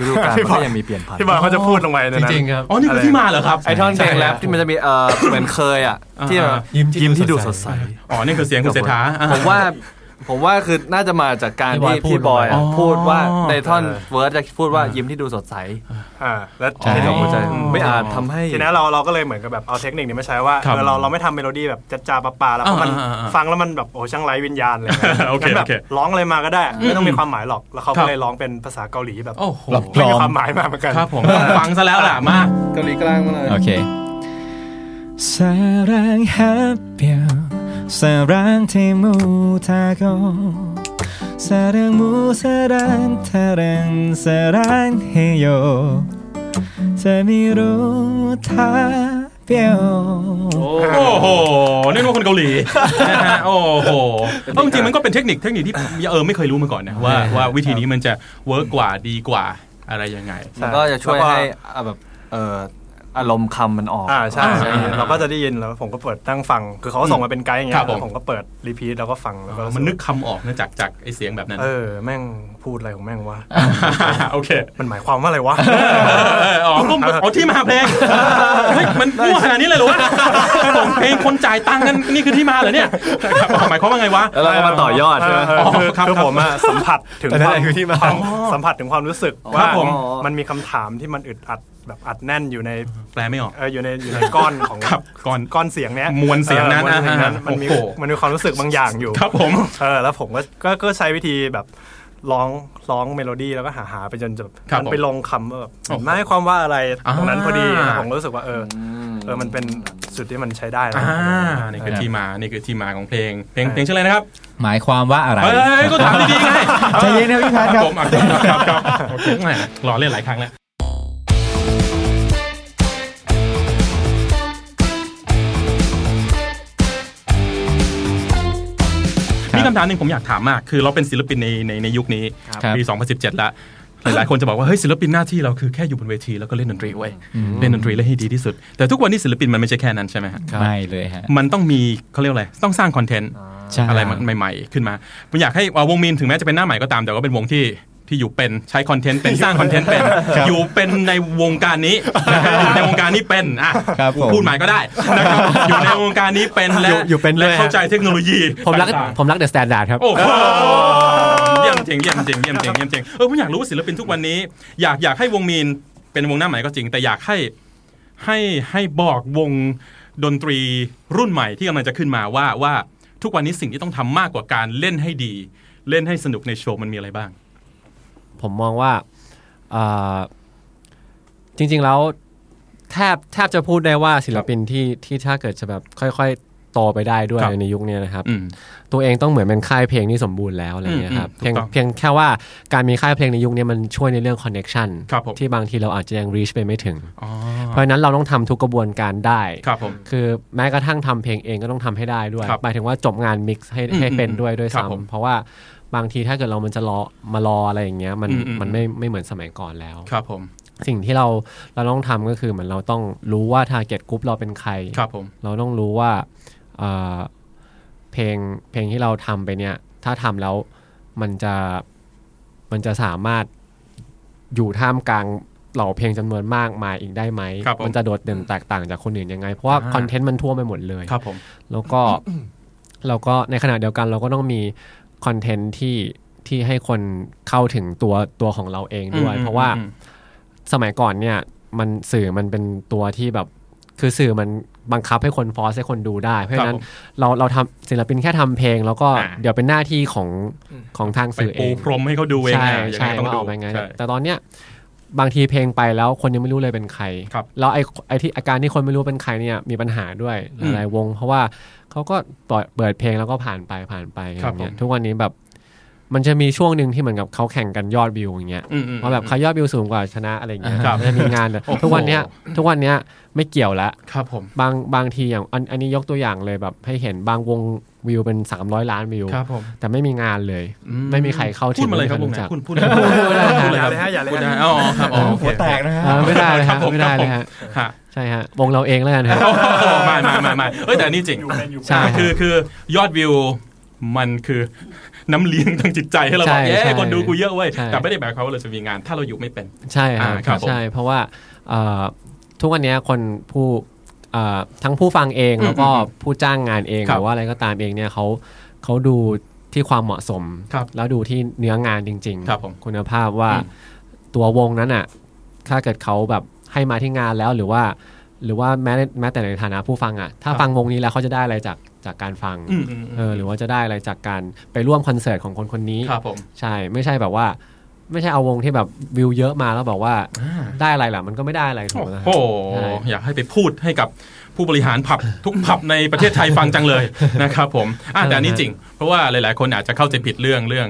Speaker 7: ฤดูกาล
Speaker 3: พี่
Speaker 7: มัน
Speaker 3: บอย
Speaker 7: ก็ยังมีเปลี่ยนผัน
Speaker 3: พี่บอยเขาจะพูดลงไปในนั้น
Speaker 2: อ๋อนี่คือที่มาเหรอครับ
Speaker 7: ไอท่อนเพลงแรปที่มันจะมีเออเหมือนเคยอ่ะที่แบบ
Speaker 2: อ่า
Speaker 7: ยิ้มยิ้มที่ดูสดใส
Speaker 2: อ๋อนี่คือเสียงคุณเศรษฐาอ่
Speaker 7: ผมว่าผมว่าคือน่าจะมาจากการที่
Speaker 2: พี่
Speaker 7: พี่บบ อ
Speaker 2: อย ย
Speaker 7: อะ
Speaker 2: พู
Speaker 7: พูด
Speaker 2: ด
Speaker 7: ว่า
Speaker 2: อ๋อ
Speaker 7: ในท่อนเวิร์ดจะพูดว่ายิ้มที่ดูสดใส
Speaker 3: อ่าแล้ว
Speaker 7: ใช่ของหัวใจ
Speaker 2: อ๋อ
Speaker 7: ไม่อาจทำให้
Speaker 3: ทีนี้นเราเราก็เลยเหมือนกับแบบเอาเทคนิคนี้มาใช้ว่า
Speaker 2: ครับ
Speaker 3: เออเราเราไม่ทำเมโลดี้แบบจัดจ้าปะปาแล้ว
Speaker 2: อ่า
Speaker 3: เพราะมัน
Speaker 2: อ่าอ่า
Speaker 3: ฟังแล้วมันแบบโอ้ช่างไร้วิญญาณเลยนะ
Speaker 2: โอเค
Speaker 3: งั้นแบบ
Speaker 2: โอเค
Speaker 3: ร้องอะไรมาก็ได้ ไม่ต้องมีความหมายหรอกแล้วเขา
Speaker 2: ครั
Speaker 3: ก็
Speaker 2: บ
Speaker 3: เลยร้องเป็นภาษาเกาหลีแบบ
Speaker 2: โอ้โห
Speaker 3: ไม่มีความหมายมาเหมือนกัน
Speaker 2: ครับผมฟังซะแล้วล่ะมา
Speaker 7: เกาหลีกลางมาเลย
Speaker 6: โอเค 사랑 합병 사랑 티 못하고 사랑 무사랑 타랑 사랑해요 재미로 합병
Speaker 2: โอ้โหนี่ว่าคนเกาหลีนะ ฮะโอ้โหเอาจริงๆมันก็เป็นเทคนิคเทคนิคที่เออไม่เคยรู้มาก่อนนะว่าว่าวิธีนี้มันจะเวิร์กกว่าดีกว่าอะไรยังไง
Speaker 7: มันก็จะช่วยให้อ่ะแบบเอ่ออารมณ์คำมันออก
Speaker 3: อ่าใช่ใช่
Speaker 2: อ่า
Speaker 3: เราก็จะได้ยินแล้วผมก็เปิดนั่งฟัง คือเขาส่งมาเป็นไกด์อย่างเงี้
Speaker 2: ครั
Speaker 3: ย
Speaker 2: บผม
Speaker 3: แล้วผมก็เปิดรีพีทแล้วก็ฟังแล้วก็รู้สึ
Speaker 2: มันนึกคำออกนะจากจากไอเสียงแบบนั้น
Speaker 3: เออแม่งพูดอะไรของแม่งวะ
Speaker 2: โอเค
Speaker 3: มันหมายความว่าอะไรวะ
Speaker 2: เอออ๋อก็เอาที่มาเพลงเฮ้ยมันมั่วขนาดนี้เลยเหรอวะของเพลงคนจ่ายตังค์นั่นนี่คือที่มาเหรอเนี่ยครับหมายความว่าไงวะ
Speaker 7: แล้วเราก็มาต่อยอดใช่ไหม
Speaker 3: เออคือ
Speaker 2: อ๋อครับ
Speaker 3: คือผมอะสัมผัสถึง
Speaker 7: อัน
Speaker 3: ค
Speaker 7: นั้น
Speaker 3: วาม
Speaker 7: แหละคือที่มา
Speaker 3: ความสัมผัสถึงความรู้ สึก
Speaker 2: ครั
Speaker 3: ว่า
Speaker 2: บผม
Speaker 3: มันมีคำถามที่มันอึดอัดแบบอัดแน่นอยู่ใน
Speaker 2: แปลไม่ออก
Speaker 3: เอออยู่ในอยู่ในก้อนของ
Speaker 2: ครับก่อน
Speaker 3: ก้อนเสียงเนี้ย
Speaker 2: มวลเสียงนั้น
Speaker 3: ออมวลเสียงนั้น
Speaker 2: อ่าฮะ
Speaker 3: มันมี
Speaker 2: โอ้โห
Speaker 3: มันมีความรู้สึกบางอย่าง อยู่
Speaker 2: ครับผม
Speaker 3: เออแล้วผมก็ก็ก็ใช้วิธีแบบร้องร้องเมโลดี้แล้วก็หาหาไปจนแบบ
Speaker 2: ครับ
Speaker 3: มัน
Speaker 2: ผม
Speaker 3: ไปลงคำว่าแบบ
Speaker 2: โอ้โห
Speaker 3: หมายความว่าอะไร
Speaker 2: อ่า
Speaker 3: ตรงนั้นพอดีแล้วผมก็รู้สึกว่าเอออเออมันเป็นจุดที่มันใช้ได้นะ
Speaker 2: อ่านี่คือที่มานี่คือที่มาของเพลงเพลงเพลงชื่ออะไรนะครับ
Speaker 6: หมายความว่าอะไร
Speaker 2: เฮ้ยก็ถามดีๆไง
Speaker 6: ใจเย็นนะพี่พัทค
Speaker 2: ครับ
Speaker 6: รั
Speaker 2: บ ผมอ่ะครับครับครับโอเคแหมรอเล่นหลายครั้งแล้ว
Speaker 6: ค
Speaker 2: มี
Speaker 6: รับ
Speaker 2: คำถามหนึ่งผมอยากถามมาก คือเราเป็นศิลปินในในในยุคนี้
Speaker 6: ครับ
Speaker 2: ปี 2017 ละหลายๆคนจะบอกว่าเฮ้ยศิลปินหน้าที่เราคือแค่อยู่บนเวทีแล้วก็เล่นดนตรีไว้ยเล่นดนตรีเล่นให้ดีที่สุด แต่ทุกวันนี้ศิลปินมันไม่ใช่แค่นั้นใช่ไหมฮะ
Speaker 6: ครับไม่เลยฮะ
Speaker 2: มันต้องมีเขาเรียกอะไรต้องสร้างคอนเทนต์
Speaker 6: ใช่
Speaker 2: อะไรใหม่ ๆ ขึ้นมาผมอยากให้เอ่อวงมีนถึงแม้จะเป็นหน้าใหม่ก็ตาม แต่ก็เป็นวงที่ที่อยู่เป็นใช้คอนเทนต์เป็นสร้างคอนเทนต์เป็นอยู่เป็นในวงการนี้นะครับอยู่ในวงการนี้เป็นอ่ะ
Speaker 6: ครับผม
Speaker 2: พูดใหม่ก็ได้นะครับอยู่ในวงการนี้เป็นและ
Speaker 5: อยู่อยู่เป็นด้วย
Speaker 2: และเข้าใจเทคโนโลยี
Speaker 5: ผมรัก
Speaker 2: ต่างๆ
Speaker 5: ผมรักเดอะสแตนดาร์ดครับ
Speaker 2: โอ้โหเยี่ยมจริงเยี่ยมจริงเยี่ยมจริงเยี่ยมจริงเออผมอยากรู้ว่าศิลปินทุกวันนี้ อยากอยากให้วงมีนเป็นวงหน้าใหม่ก็จริง แต่อยากให้ให้ให้บอกวงดนตรีรุ่นใหม่ที่กำลังจะขึ้นมาว่าว่าทุกวันนี้สิ่งที่ต้องทำมากกว่าการเล่นให้ดี เล่นให้สนุกในโชว์มันมีอะไรบ้าง
Speaker 5: ผมมองว่าเอ่อจริงๆแล้วแทบแทบจะพูดได้ว่าศิลปินที่ที่ถ้าเกิดจะแบบค่อยๆโตไปได้ด้วย
Speaker 2: ครับ
Speaker 5: ในยุคเนี้ยนะครับ
Speaker 2: อืม
Speaker 5: ตัวเองต้องเหมือนเป็นค่ายเพลงที่สมบูรณ์แล้วอะไรเงี้ยครับ
Speaker 2: อืมอืม
Speaker 5: เพียง
Speaker 2: ถูกต้อง
Speaker 5: เพียงแค่ว่าการมีค่ายเพลงในยุคเนี้ยมันช่วยในเรื่องคอนเน็ชัน
Speaker 2: ครับผม
Speaker 5: ที่บางทีเราอาจจะยัง reach ไปไม่ถึง
Speaker 2: อ๋อ
Speaker 5: เพราะฉะนั้นเราต้องทำทุกกระบวนการได้
Speaker 2: ครับผม
Speaker 5: คือแม้กระทั่งทำเพลงเองก็ต้องทำให้ได้ด้วย
Speaker 2: ครับ
Speaker 5: หมายถึงว่าจบงานมิกซ์ให้
Speaker 2: อืม
Speaker 5: ให้เป็น
Speaker 2: อืม
Speaker 5: ด้วยด้วย
Speaker 2: ครับผม
Speaker 5: ซ้ำเพราะว่าบางทีถ้าเกิดเรามันจะรอมารออะไรอย่างเงี้ยมัน
Speaker 2: อืมอืม
Speaker 5: มันไม่ไม่เหมือนสมัยก่อนแล้ว
Speaker 2: ครับผม
Speaker 5: สิ่งที่เราเราต้องทำก็คือเหมือนเราต้องรู้ว่า t a r g e t group เราเป็นใคร
Speaker 2: ครับผม
Speaker 5: เราต้องรู้ว่าเอ่อเพลงเพลงที่เราทำไปเนี่ย ถ้าทำแล้วมันจะมันจะสามารถอยู่ท่ามกลางเหล่าเพลงจำนวนมากมายอีกได้ไหม
Speaker 2: ครับผม
Speaker 5: มันจะโดดเด่นแตกต่างจากคนอื่นยังไง เพราะว่า
Speaker 2: อ่า
Speaker 5: คอนเทนต์มันทั่วไปหมดเลย
Speaker 2: ครับผม
Speaker 5: แล้วก็ เราก็ในขณะเดียวกันเราก็ต้องมีคอนเทนต์ที่ที่ให้คนเข้าถึงตัวตัวของเราเองด้วย
Speaker 2: อืม
Speaker 5: เพราะว่า
Speaker 2: อืม
Speaker 5: สมัยก่อนเนี่ยมันสื่อมันเป็นตัวที่แบบ คือสื่อมัน บังคับให้คนฟอสให้คนดูได้ เพราะฉะนั้นเราเราทำศิลปินแค่ทำเพลง แล้วก็เดี๋ยวเป็นหน้าที่ของของทางสื่อเอ
Speaker 2: ไปปู
Speaker 5: ง
Speaker 2: พรมให้เขาดูเอง
Speaker 5: ใช่
Speaker 2: อ่ะยังไง
Speaker 5: ใช่
Speaker 2: ต้อง
Speaker 5: ว่า
Speaker 2: ดู
Speaker 5: ออกมายังไง
Speaker 2: ใช่
Speaker 5: แต่ตอนเนี้ยบางทีเพลงไปแล้วคนยังไม่รู้เลยเป็นใครแล้วไอไอที่อาการที่คนไม่รู้เป็นใครเนี่ยมีปัญหาด้วย
Speaker 2: อืม
Speaker 5: หลายๆวง เพราะว่าเขาก็ปล่อยเปิดเพลงแล้วก็ผ่านไปผ่านไป
Speaker 2: ค
Speaker 5: อ
Speaker 2: รับ
Speaker 5: ย่างเงี้ย
Speaker 2: ผม
Speaker 5: ทุกวันนี้แบบมันจะมีช่วงหนึ่งที่เหมือนกับเขาแข่งกันยอดวิวอย่างเงี้ย
Speaker 2: อืมอืม
Speaker 5: ว่าแบบใครยอดวิวสูงกว่าชนะอะไรอย่างเงี้ย
Speaker 2: ครับ
Speaker 5: มันจะมีงานเลย
Speaker 2: โอ้โห
Speaker 5: ทุกวันเนี้ย ทุกวันเนี้ยไม่เกี่ยวละ
Speaker 2: ครับผม
Speaker 5: บางบางทีอย่างอันอันนี้ยกตัวอย่างเลยแบบให้เห็นบางวงวิวเป็น 300 ล้านวิว
Speaker 2: ครับผม
Speaker 5: แต่ไม่มีงานเลย ไม่มีใครเข้าถึง
Speaker 2: พูดมาเลยครับวงไหน
Speaker 5: ไจัก
Speaker 2: คุณพูดเลยพูดเลยครับ
Speaker 5: ไม่ได้
Speaker 2: อย่าเลยฮะอย่าเลยฮะพูดได้อ๋อครับอ๋อโอเคหัวแตกนะฮะ
Speaker 5: เออไม่ได้เลย
Speaker 2: ครับ
Speaker 5: ฮะ
Speaker 2: ผม
Speaker 5: ไม่ได้เลยฮะ
Speaker 2: ฮะ
Speaker 5: ใช่ฮะวงเราเองแล้วกันฮะ
Speaker 2: โอ้โหไม่ไม่ไม่ไม่เอ้ยแต่อันนี่จริง
Speaker 5: ใช่
Speaker 2: คือคือยอดวิวมันคือน้ำเลี้ยงทางจิตใจให้เรา
Speaker 5: ใช่
Speaker 2: บอกเย้
Speaker 5: ใช่
Speaker 2: คนดูกูเยอะเว้ย
Speaker 5: ใช่
Speaker 2: แต่ไม่ได้หมายความว่าเราจะมีงาน ถ้าเราอยู่ไม่เป็น
Speaker 5: ใช่ครับ
Speaker 2: อ่าครับผม
Speaker 5: ใช่เพราะว่าเอ่อทุกวันเนี้ยคนผู้เอ่อทั้งผู้ฟังเอง
Speaker 2: อืม
Speaker 5: แล้วก็ผู้จ้างงานเอง
Speaker 2: ครั
Speaker 5: ห
Speaker 2: บ
Speaker 5: รือว่าอะไรก็ตามเองเนี่ยเขาเขาดูที่ความเหมาะสม
Speaker 2: ครับ
Speaker 5: แล้วดูที่เนื้องานจริง
Speaker 2: ครับผม
Speaker 5: คุณภาพว่าตัววงนั้นอ่ะถ้าเกิดเขาแบบให้มาที่งานแล้วหรือว่า หรือว่าแม้แม้แต่ในฐานะผู้ฟังอ่ะถ้า
Speaker 2: ครับ
Speaker 5: ฟังวงนี้แล้วเขาจะได้อะไรจากจากการฟัง
Speaker 2: อืมอืมอืม
Speaker 5: เออหรือว่าจะได้อะไรจากการไปร่วมคอนเสิร์ตของคนคนนี้
Speaker 2: ครับผม
Speaker 5: ใช่ไม่ใช่แบบว่า ไม่ใช่เอาวงที่แบบวิวเยอะมาแล้วบอกว่า
Speaker 2: อ่า
Speaker 5: ได้อะไรล่ะมันก็ไม่ได้อะไรถูก
Speaker 2: โอ้
Speaker 5: ไหมฮะ
Speaker 2: โห
Speaker 5: ใช่
Speaker 2: อยากให้ไปพูดให้กับผู้บริหาร ผับ ทุกผับในประเทศไทยฟังจังเลย นะครับผมอ่ะแต่อันนี้จริง เพราะว่าหลาย ๆ คนอาจจะเข้าใจผิดเรื่องเรื่อง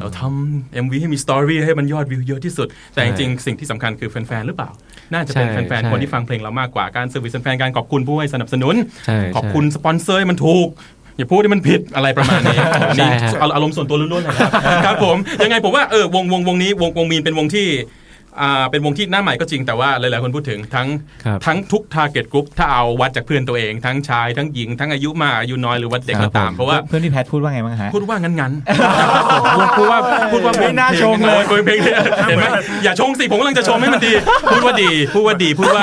Speaker 2: เราทำเอ็มวีให้มีสตอรี่ให้มันยอดวิวเยอะที่สุด แต่จริง ๆ สิ่งที่สำคัญคือแฟน ๆ หรือเปล่า น่าจะเป็น
Speaker 5: ใช่
Speaker 2: แฟน
Speaker 5: ใช่
Speaker 2: ๆ คนที่ฟังเพลงเรามากกว่าการเซอร์วิสแฟนๆการขอบคุณผู้ให้สนับสนุน
Speaker 5: ใช่ใช่
Speaker 2: ขอบคุณสปอนเซอร์ให้มันถูก อย่าพูดที่มันผิดอะไรประมาณนี้
Speaker 5: ใช่
Speaker 2: นี่
Speaker 5: ฮะ
Speaker 2: เอาอารมณ์ส่วนตัวล้วนๆนะครับ ครับผม ยังไงผมว่าเออวงวงวงนี้วงวงมีนเป็นวงที่ อ่าเป็นวงที่หน้าใหม่ก็จริงแต่ว่าหลาย ๆ คนพูดถึงทั้ง
Speaker 5: ครับ
Speaker 2: ทั้งทุก target group ถ้าเอาวัดจากเพื่อนตัวเอง ทั้งชายทั้งหญิง ทั้งอายุมากอายุน้อยหรือวัดเด็กก็ตามเพราะว่า
Speaker 6: เพื่อนพี่แพทพูดว่าไงบ้างฮะ
Speaker 2: พูดว่างั้นงั้นๆพูดว่าพูดว่า
Speaker 6: ไม่น่าชงเลย
Speaker 2: โอ้เพลงเนี่ยเห็นไหมอย่าชงสิ ผมกำลังจะชมให้มันดี พูดว่าดี พูดว่าดี พูดว่า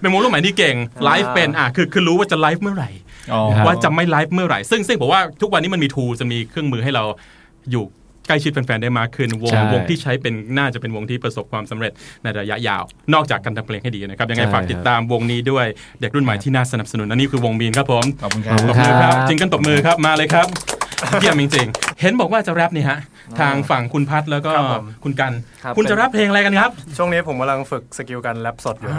Speaker 2: เป็นวงลูกใหม่ที่เก่ง ไลฟ์เป็น อ่ะ คือ คือรู้ว่าจะไลฟ์เมื่อไหร่
Speaker 6: อ๋อ
Speaker 2: ว่าจะไม่ไลฟ์เมื่อไหร่ ซึ่งซึ่งผมว่าทุกวันนี้มันมีทูจะมีเครื่องมือให้เราอยู่ใกล้ชิดแฟนๆได้มากขึ้น วง
Speaker 5: ใช่
Speaker 2: วงที่ใช้เป็นน่าจะเป็นวงที่ประสบความสำเร็จในระยะยาว นอกจากการทำเพลงให้ดีนะครับ ยังไง
Speaker 5: ใช่
Speaker 2: ฝากติดตามวงนี้ด้วยเด็กรุ่นใหม่ที่น่าสนับสนุนอันนี้คือวงบีนครับผม
Speaker 6: ขอบคุณครับ
Speaker 2: ตบมือค
Speaker 5: ครั
Speaker 2: รับบ จิงกันตบมือครับมาเลยครับ เยี่ยมจริงๆ เห็นบอกว่าจะแรปนี่ฮะ ทางฝั่งคุณพัทแล้วก็
Speaker 4: ครับผม
Speaker 2: คุณกัน
Speaker 12: ครับ
Speaker 2: คุณ
Speaker 12: เป็น
Speaker 2: จะแรปเพลงอะไรกันครับ
Speaker 4: ช่วงนี้ผมกำลังฝึกสกิลการแรปสดอยู่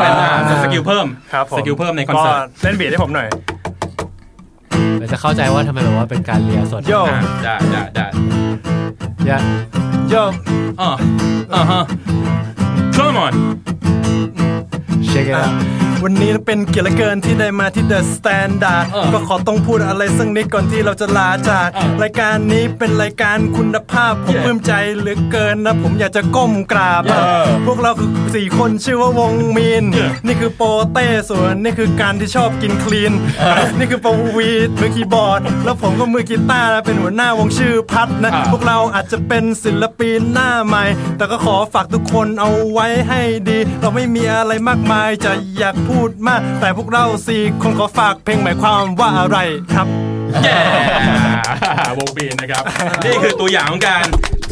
Speaker 2: เป็นอ่าสกิลเพิ่ม
Speaker 4: ครับผม
Speaker 2: สกิลเพิ่มในคอนเสิร์ต
Speaker 4: ก็เล่นบีทให้ผมหน่อย
Speaker 5: เดี๋ยวจะเข้าใจว่าทำไมแบบว่าเป็นการเรียนสด
Speaker 4: โย่
Speaker 2: อ่าได้ได้ได้
Speaker 5: ยะ
Speaker 4: โย่
Speaker 2: Uh, uh huh. Come on.
Speaker 5: เช็คกัน
Speaker 4: วันนี้เป็นเกียรติเหลือเกินที่ได้มาที่เดอะสแตนดาร์ด
Speaker 2: เออ
Speaker 4: ก็ขอต้องพูดอะไรสักนิดก่อนที่เราจะลาจาก
Speaker 2: เออ
Speaker 4: รายการนี้เป็นรายการคุณภาพ ผม
Speaker 2: Yeah
Speaker 4: ปลื้มใจเหลือเกินนะ ผมอยากจะก้มกราบ
Speaker 2: Yeah
Speaker 4: พวกเราคือสี่คนชื่อว่าวงมีน
Speaker 2: Yeah
Speaker 4: นี่คือโปเต้ส่วนนี่คือการที่ชอบกินคลีน นี่คือปวีดมือคีย์บอร์ด แล้วผมก็มือกีตาร์นะเป็นหัวหน้าวงชื่อพัดนะ
Speaker 2: อ่า
Speaker 4: พวกเราอาจจะเป็นศิลปินหน้าใหม่ แต่ก็ขอฝากทุกคนเอาไว้ให้ดี เราไม่มีอะไรมากมายจะอยากพูดมาก แต่พวกเราสี่คนขอฝากเพลงหมายความว่าอะไรครับ
Speaker 2: Yeah! วงบีนนะครับ นี่คือตัวอย่างของการ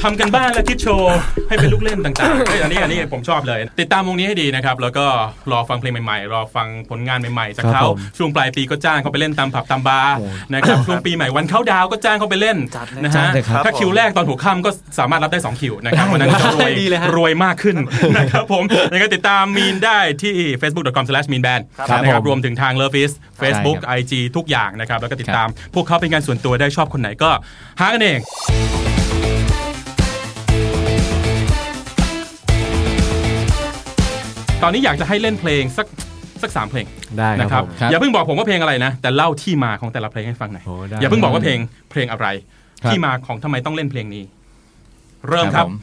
Speaker 2: ทำกันบ้านและคิดโชว์ให้เป็นลูกเล่นต่างๆเฮ้ยอันนี้อันนี้ผมชอบเลย ติดตามวงนี้ให้ดีนะครับ แล้วก็รอฟังเพลงใหม่ๆ รอฟังผลงานใหม่ๆ จากเขาช่วงปลายปีก็จ้างเขาไปเล่นตามผับตามบาร์นะครับ ช่วงปีใหม่วันเข้าดาวน์ก็จ้างเขาไปเล่นนะฮะถ้าคิวแรกตอนหัวค่ำก็สามารถรับได้ 2 คิวนะครับวันนั้นก็จะรวย
Speaker 5: ดีเลยฮะ
Speaker 2: รวยมากขึ้นนะครับผม ยังไงติดตามมีนได้ที่ facebook.com/meanband นะครับรวมถึงทาง Love is Facebook
Speaker 6: ใช่ครับ
Speaker 2: IG ทุกอย่างนะครับ แล้วก็ติดตาม พวกเขาเป็นงานส่วนตัวได้ชอบคนไหนก็หากันเองตอนนี้อยากจะให้เล่นเพลงสักสักสามเพลง
Speaker 5: ได้
Speaker 2: นะ
Speaker 5: ค
Speaker 2: ครั
Speaker 5: รั
Speaker 2: บบ
Speaker 5: ผม
Speaker 6: ครับ
Speaker 2: อย่าเพิ่งบอกผมว่าเพลงอะไรนะ แต่เล่าที่มาของแต่ละเพลงให้ฟังหน่อย
Speaker 5: โอ้ได้
Speaker 2: อย่าเพิ่งบอกว่าเพลงเพลงอะไร
Speaker 6: ครับ
Speaker 2: ที่มาของทำไมต้องเล่นเพลงนี้ เริ่มครับ
Speaker 6: ผม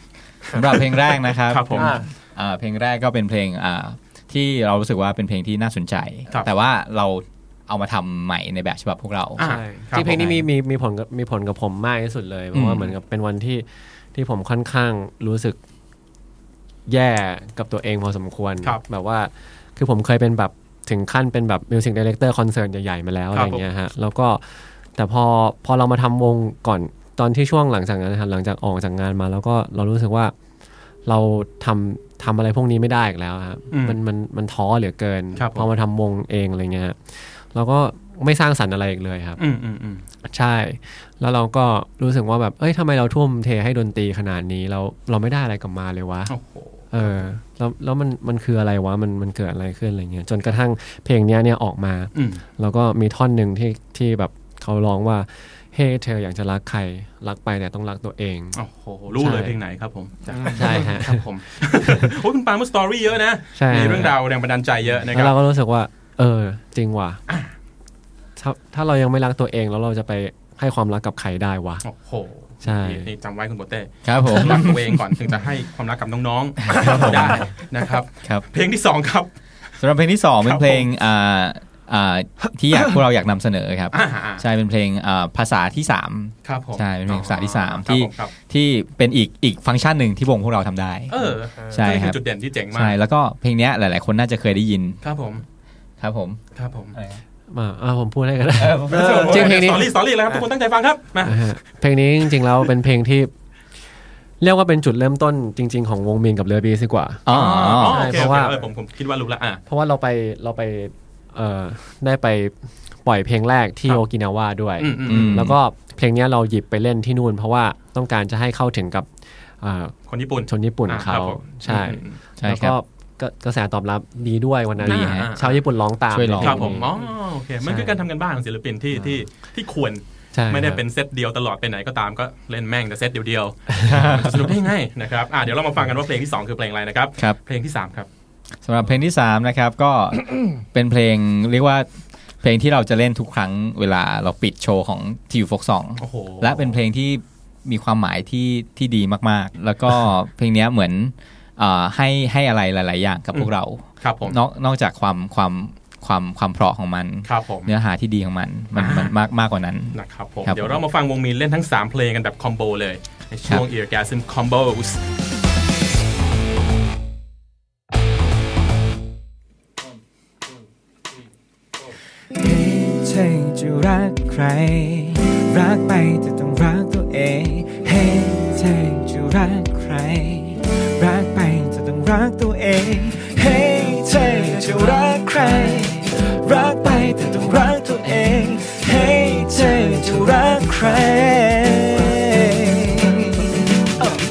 Speaker 6: สำหรับเพลงแรกนะครับ
Speaker 2: ครับผม
Speaker 6: อ่าอ่าเพลงแรกก็เป็นเพลงอ่าที่เรารู้สึกว่าเป็นเพลงที่น่าสนใจ
Speaker 2: ครับ
Speaker 6: แต่ว่าเราเอามาทำใหม่ในแบบฉบับพวกเรา
Speaker 2: อ่ะ
Speaker 5: ใช่
Speaker 2: ครับ
Speaker 5: ที่เพลงนี้
Speaker 2: ผม
Speaker 5: มีมีมีผลกับมีผลกับผมมากที่สุดเลยเพราะว่า
Speaker 6: อืม
Speaker 5: เหมือนกับเป็นวันที่ที่ผมค่อนข้างรู้สึกแย่กับตัวเองพอสมควร
Speaker 2: ครับ
Speaker 5: แบบว่าคือผมเคยเป็นแบบถึงขั้นเป็นแบบมิวสิกดีเลกเตอร์คอนเสิร์ตใหญ่ๆมาแล้ว
Speaker 2: ครับ
Speaker 5: อะไรเงี้ยฮะแล้วก็แต่พอพอเรามาทำวงก่อนตอนที่ช่วงหลังจากนั้นนะครับหลังจากออกจากงานมา แล้วก็เรารู้สึกว่า เราทำทำอะไรพวกนี้ไม่ได้อีกแล้วครับ
Speaker 13: อืม
Speaker 5: มันมันมันท้อเหลือเกิน
Speaker 13: ครับผม
Speaker 5: พอมาทำวงเองอะไรเงี้ยเราก็ไม่สร้างสรรค์อะไรอีกเลยครับ
Speaker 13: อืมอืมอืม
Speaker 5: ใช่ แล้วเราก็รู้สึกว่าแบบ เอ้ยทำไมเราทุ่มเทให้ดนตรีขนาดนี้เราเราไม่ได้อะไรกลับมาเลยวะ เออ แล้วแล้วมันมันคืออะไรวะ มันมันเกิดอะไรขึ้นอะไรเงี้ย จนกระทั่งเพลงเนี้ยเนี่ยออกมา
Speaker 13: อืม
Speaker 5: แล้วก็มีท่อนหนึ่งที่ที่แบบเขาร้องว่า เฮ้ เธออยากจะรักใคร รักไปแต่ต้องรักตัวเอง
Speaker 13: โอ้โหรู้เลย
Speaker 5: ใช่
Speaker 13: เพลงไหนครับผม
Speaker 5: ใช่ฮะ
Speaker 13: ครับผม โอ้ยคุณปาล์มสตอรี่เยอะนะ
Speaker 5: ใช่
Speaker 13: มีเรื่องราวแรงบันดาลใจเยอะนะค
Speaker 5: แล้
Speaker 13: รั
Speaker 5: วเรา
Speaker 13: บ
Speaker 5: ก็รู้สึกว่า เออ จริงว่ะถ้าถ้าเรายังไม่รักตัวเองแล้วเราจะไปให้ความรักกับใครได้วะ
Speaker 13: โอ้โห
Speaker 5: ใช่
Speaker 13: นี่นี่จำไว้คุณโบเต้
Speaker 6: ครับผม
Speaker 13: รักตัวเองก่อนถึงจะให้ความรักกับน้องๆได้นะครับ
Speaker 6: ครับ
Speaker 13: เพลงที่สองครับ
Speaker 6: สำหรับเพลงที่สองเป็นเพลงอ่าอ่าที่อยาก พวกเราอยากนำเสนอครับ
Speaker 13: อ่าอ่า
Speaker 6: ใช่เป็นเพลงอ่าภาษาที่สาม
Speaker 13: ครับผม
Speaker 6: ใช่เป็นเพลงภาษาที่สาม
Speaker 13: ครับ
Speaker 6: ที่
Speaker 13: ผมครับ
Speaker 6: ที่เป็นอีกอีกฟังก์ชันหนึ่งที่วงพวกเราทำได้
Speaker 13: เออ
Speaker 6: ใช่
Speaker 13: ซึ่ง
Speaker 6: ค
Speaker 13: เป็น
Speaker 6: รับ
Speaker 13: จุดเด่นที่เจ๋งมาก
Speaker 6: ใช่แล้วก็เพลงเนี้ยหลาย ๆ คนน่าจะเคยได้ยิน
Speaker 13: ครับผม
Speaker 6: ครับผม
Speaker 13: ครับผม
Speaker 5: มาอ่าผมพูดให้ก็ได้
Speaker 6: เออผมพูดให้ผม
Speaker 5: จริงเพลง
Speaker 13: ส
Speaker 5: นี้
Speaker 13: ตอรี่สตอรี่แล้วครับทุกคนตั้งใจฟังครับมา
Speaker 5: อ่าฮะเพลงนี้จริงๆแล้วเป็นเพลงที่ เรียกว่าเป็นจุดเริ่มต้นจริง ๆ ของวงมีนกับเรือบีซดีกว่า
Speaker 6: อ๋อ
Speaker 13: อ๋อ
Speaker 5: ใช่
Speaker 13: โอเค
Speaker 5: เพ
Speaker 13: โอเค
Speaker 5: ราะว่า
Speaker 13: เออผมผมคิดว่ารู้ละอ่ะ
Speaker 5: เพราะว่าเราไปเราไปเอ่อได้ไปปล่อยเพลงแรกที่
Speaker 13: ครับ
Speaker 5: โอกินาวาด้วย
Speaker 13: อืมอืม
Speaker 5: แล้วก็เพลงเนี้ยเราหยิบไปเล่นที่นู่น เพราะว่าต้องการจะให้เข้าถึงกับเอ่อ
Speaker 13: คนญี่ปุ่น
Speaker 5: ชนญี่ปุ่น
Speaker 13: อ่ะ
Speaker 5: เขา
Speaker 13: ครับผม
Speaker 5: ใช่
Speaker 13: อืม
Speaker 6: ใช่
Speaker 5: แล้ว
Speaker 6: ครั
Speaker 5: ก็
Speaker 6: บ
Speaker 5: ก็กระแสตอบรับดีด้วยวันนั้น
Speaker 13: ดีฮะ
Speaker 5: ชาวญี่ปุ่นร้องตาม
Speaker 6: ช่วยร้อง
Speaker 5: ใน
Speaker 13: ครับ
Speaker 5: เพล
Speaker 13: ผม
Speaker 5: นี้
Speaker 13: อ๋อโอเคมันคือการทำกันบ้านของศิลปินที่ที่ที่ควร
Speaker 5: ใช่
Speaker 13: ไม่ได้
Speaker 5: ครับ
Speaker 13: เป็นเซตเดียวตลอดไปไหนก็ตามก็เล่นแม่งแต่เซตเดียวๆมันจะสนุกได้ไงนะครับอ่ะเดี๋ยวเรามาฟังกันว่าเพลงที่สองคือเพลงอะไรนะครับ
Speaker 6: ครับ
Speaker 13: เพลงที่สามครับ
Speaker 6: สำหรับเพลงที่สามนะครับ ก็ เป็นเพลงเรียกว่าเพลงที่เราจะเล่นทุกครั้งเวลาเราปิดโชว์ของทีวฟกสอง
Speaker 13: โอ้โห
Speaker 6: และเป็นเพลงที่มีความหมายที่ที่ดีมากๆ แล้วก็ เพลงเนี้ยเหมือนเออให้ให้อะไรหลาย ๆ อย่างกับพวกเรา
Speaker 13: ครับผม
Speaker 6: นอกนอกจากความความความความเพราะของมัน
Speaker 13: ครับผม
Speaker 6: เนื้อหาที่ดีของมันมันมันมากมากกว่านั้น
Speaker 13: นะครับผม
Speaker 6: ครับ
Speaker 13: เดี๋ยวเรามาฟังวงมีนเล่นทั้ง 3 เพลงกันแบบคอมโบเลยในช่วง Eargasm Combos
Speaker 3: เธอจะรักใคร รักไปแต่ต้องรักตัวเอง เฮ้เธอจะรักใคร รักไปแต่ต้องรักตัวเอง เฮ้เธอจะรักใคร รักไปแต่ต้องรักตัวเอง เฮ้เธอจะรักใคร
Speaker 4: ใค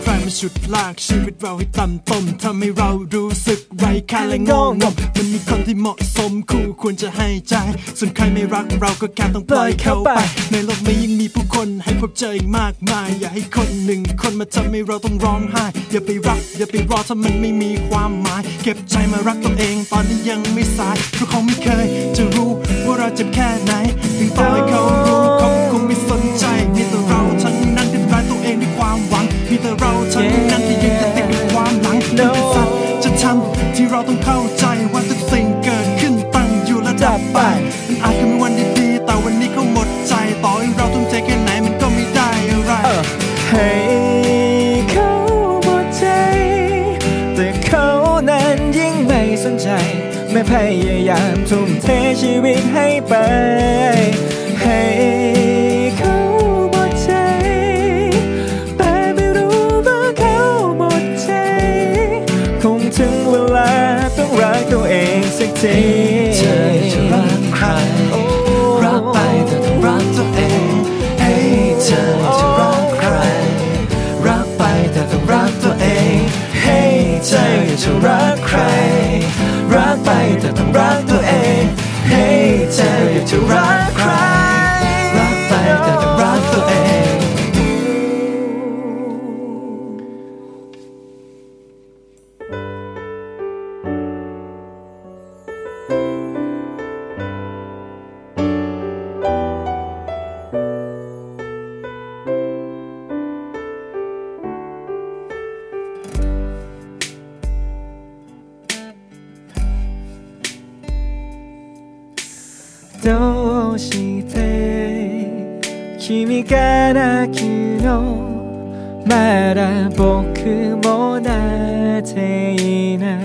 Speaker 4: รมาฉุดลากชีวิตเราให้ต่ำต้มทำให้เรารู้สึกไร้ค่าและโงงงมมันมีคนที่เหมาะสมคู่ควรจะให้ใจ ส่วนใครไม่รักเราก็แค่ต้องปล่อยเขาไป ในโลกนี้ยังมีผู้คนให้พบเจออีกมากมาย อย่าให้คนหนึ่งคนมาทำให้เราต้องร้องไห้ อย่าไปรัก อย่าไปรอถ้ามันไม่มีความหมาย เก็บใจมารักตัวเองตอนนี้ยังไม่สายเพราะเขาไม่เคย จะรู้ว่าเราเจ็บแค่ไหนถึงต่อให้เขารู้เขาก็คงไม่สนใจ มีแต่เราทั้งนั้นที่ร้ายตัวเองด้วยความหวัง มีแต่เราทั้งนั้นที่ยังจะติดกับความหลังนั่นคือสัตว์จะทำที่เราต้องเข้าใจว่าทุกสิ่งเกิดขึ้นตั้งอยู่และดับไป มันอาจจะมีวันดีๆแต่วันนี้เขาหมดใจ ต่อให้เราทุ่มเทแค่ไหนมันก็ไม่ได้อะไร
Speaker 3: ให้เขาหมดใจ แต่เขานั้นยิ่งไม่สนใจ ไม่พยายามทุ่มเทชีวิตให้ไป ให้เขาหมดใจ แต่ไม่รู้ว่าเขาหมดใจ คงถึงเวลาต้องรักตัวเองสักที
Speaker 9: เธอจะรักใคร รักไปเธอต้องรักตัวเอง เฮ้ยเธอจะรักใคร รักไปเธอต้องรักตัวเอง เฮ้ยเธอจะรักใคร รักไปเธอต้องรักตัวเอง เฮ้ยเธอจะรักใคร รักไปเธอต้องรักตัวเอง
Speaker 3: どうして君から昨日まだ僕もなっていな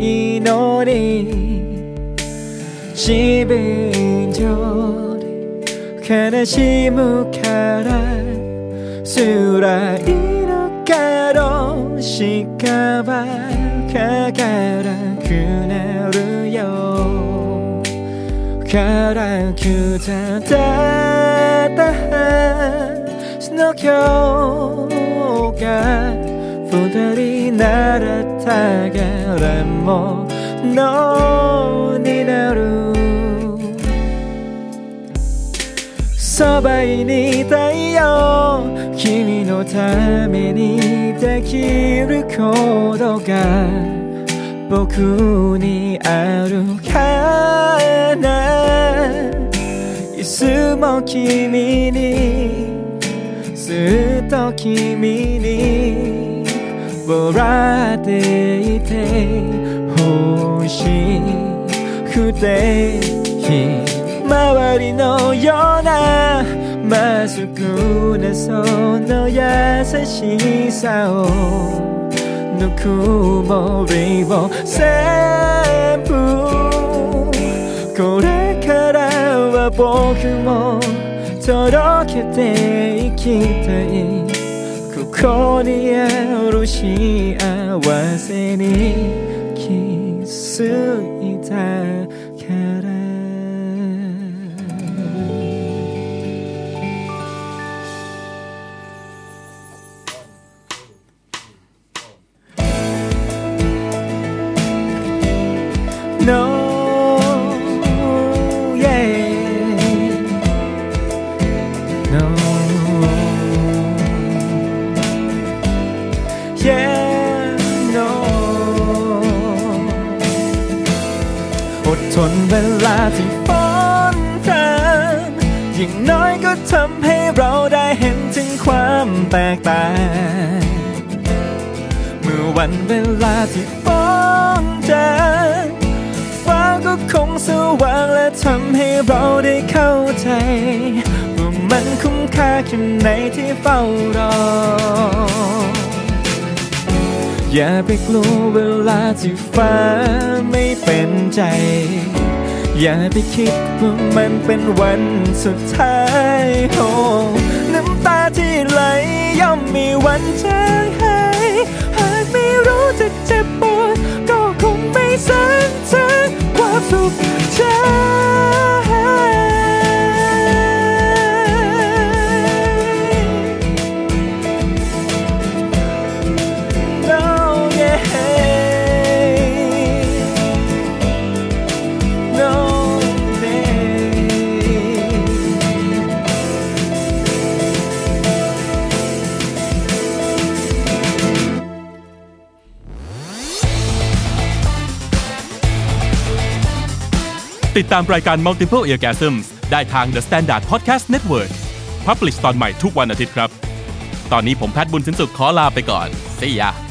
Speaker 3: いのに自分より悲しむから辛いのかどうし近場かからくなるよからくたたたその今日が二人なら宝物になるそばにいたいよ君のためにできることが僕にあるかないつも君にずっと君に笑っていてほしくて周りのようなまっすぐなその優しさをぬくもりを全部これからは僕も届けていきたいここにある幸せに気づいたから No yeah No Yeah No อดทนเวลาที่ฝนพรำอย่างน้อยก็ทำให้เราได้เห็นถึงความแตกต่าง เมื่อวันเวลาที่ฝนจางฟ้าก็คงสว่างและทำให้เราได้เข้าใจ ว่ามันคุ้มค่าแค่ไหนที่เฝ้ารอ อย่าไปกลัวเวลาที่ฟ้าไม่เป็นใจ อย่าไปคิดว่ามันเป็นวันสุดท้ายโอ้น้ำตาที่ไหลย่อมมีวันจางหายหากไม่รู้จะเจ็บปวดก็คงไม่สันถึงความสุขใจ No, yeah. No, yeah.
Speaker 2: ติดตามรายการ Multiple Orgasms ได้ทาง The Standard Podcast Network Publish ตอนใหม่ทุกวันอาทิตย์ครับ ตอนนี้ผมแพทย์บุญสินสุขขอลาไปก่อน See ya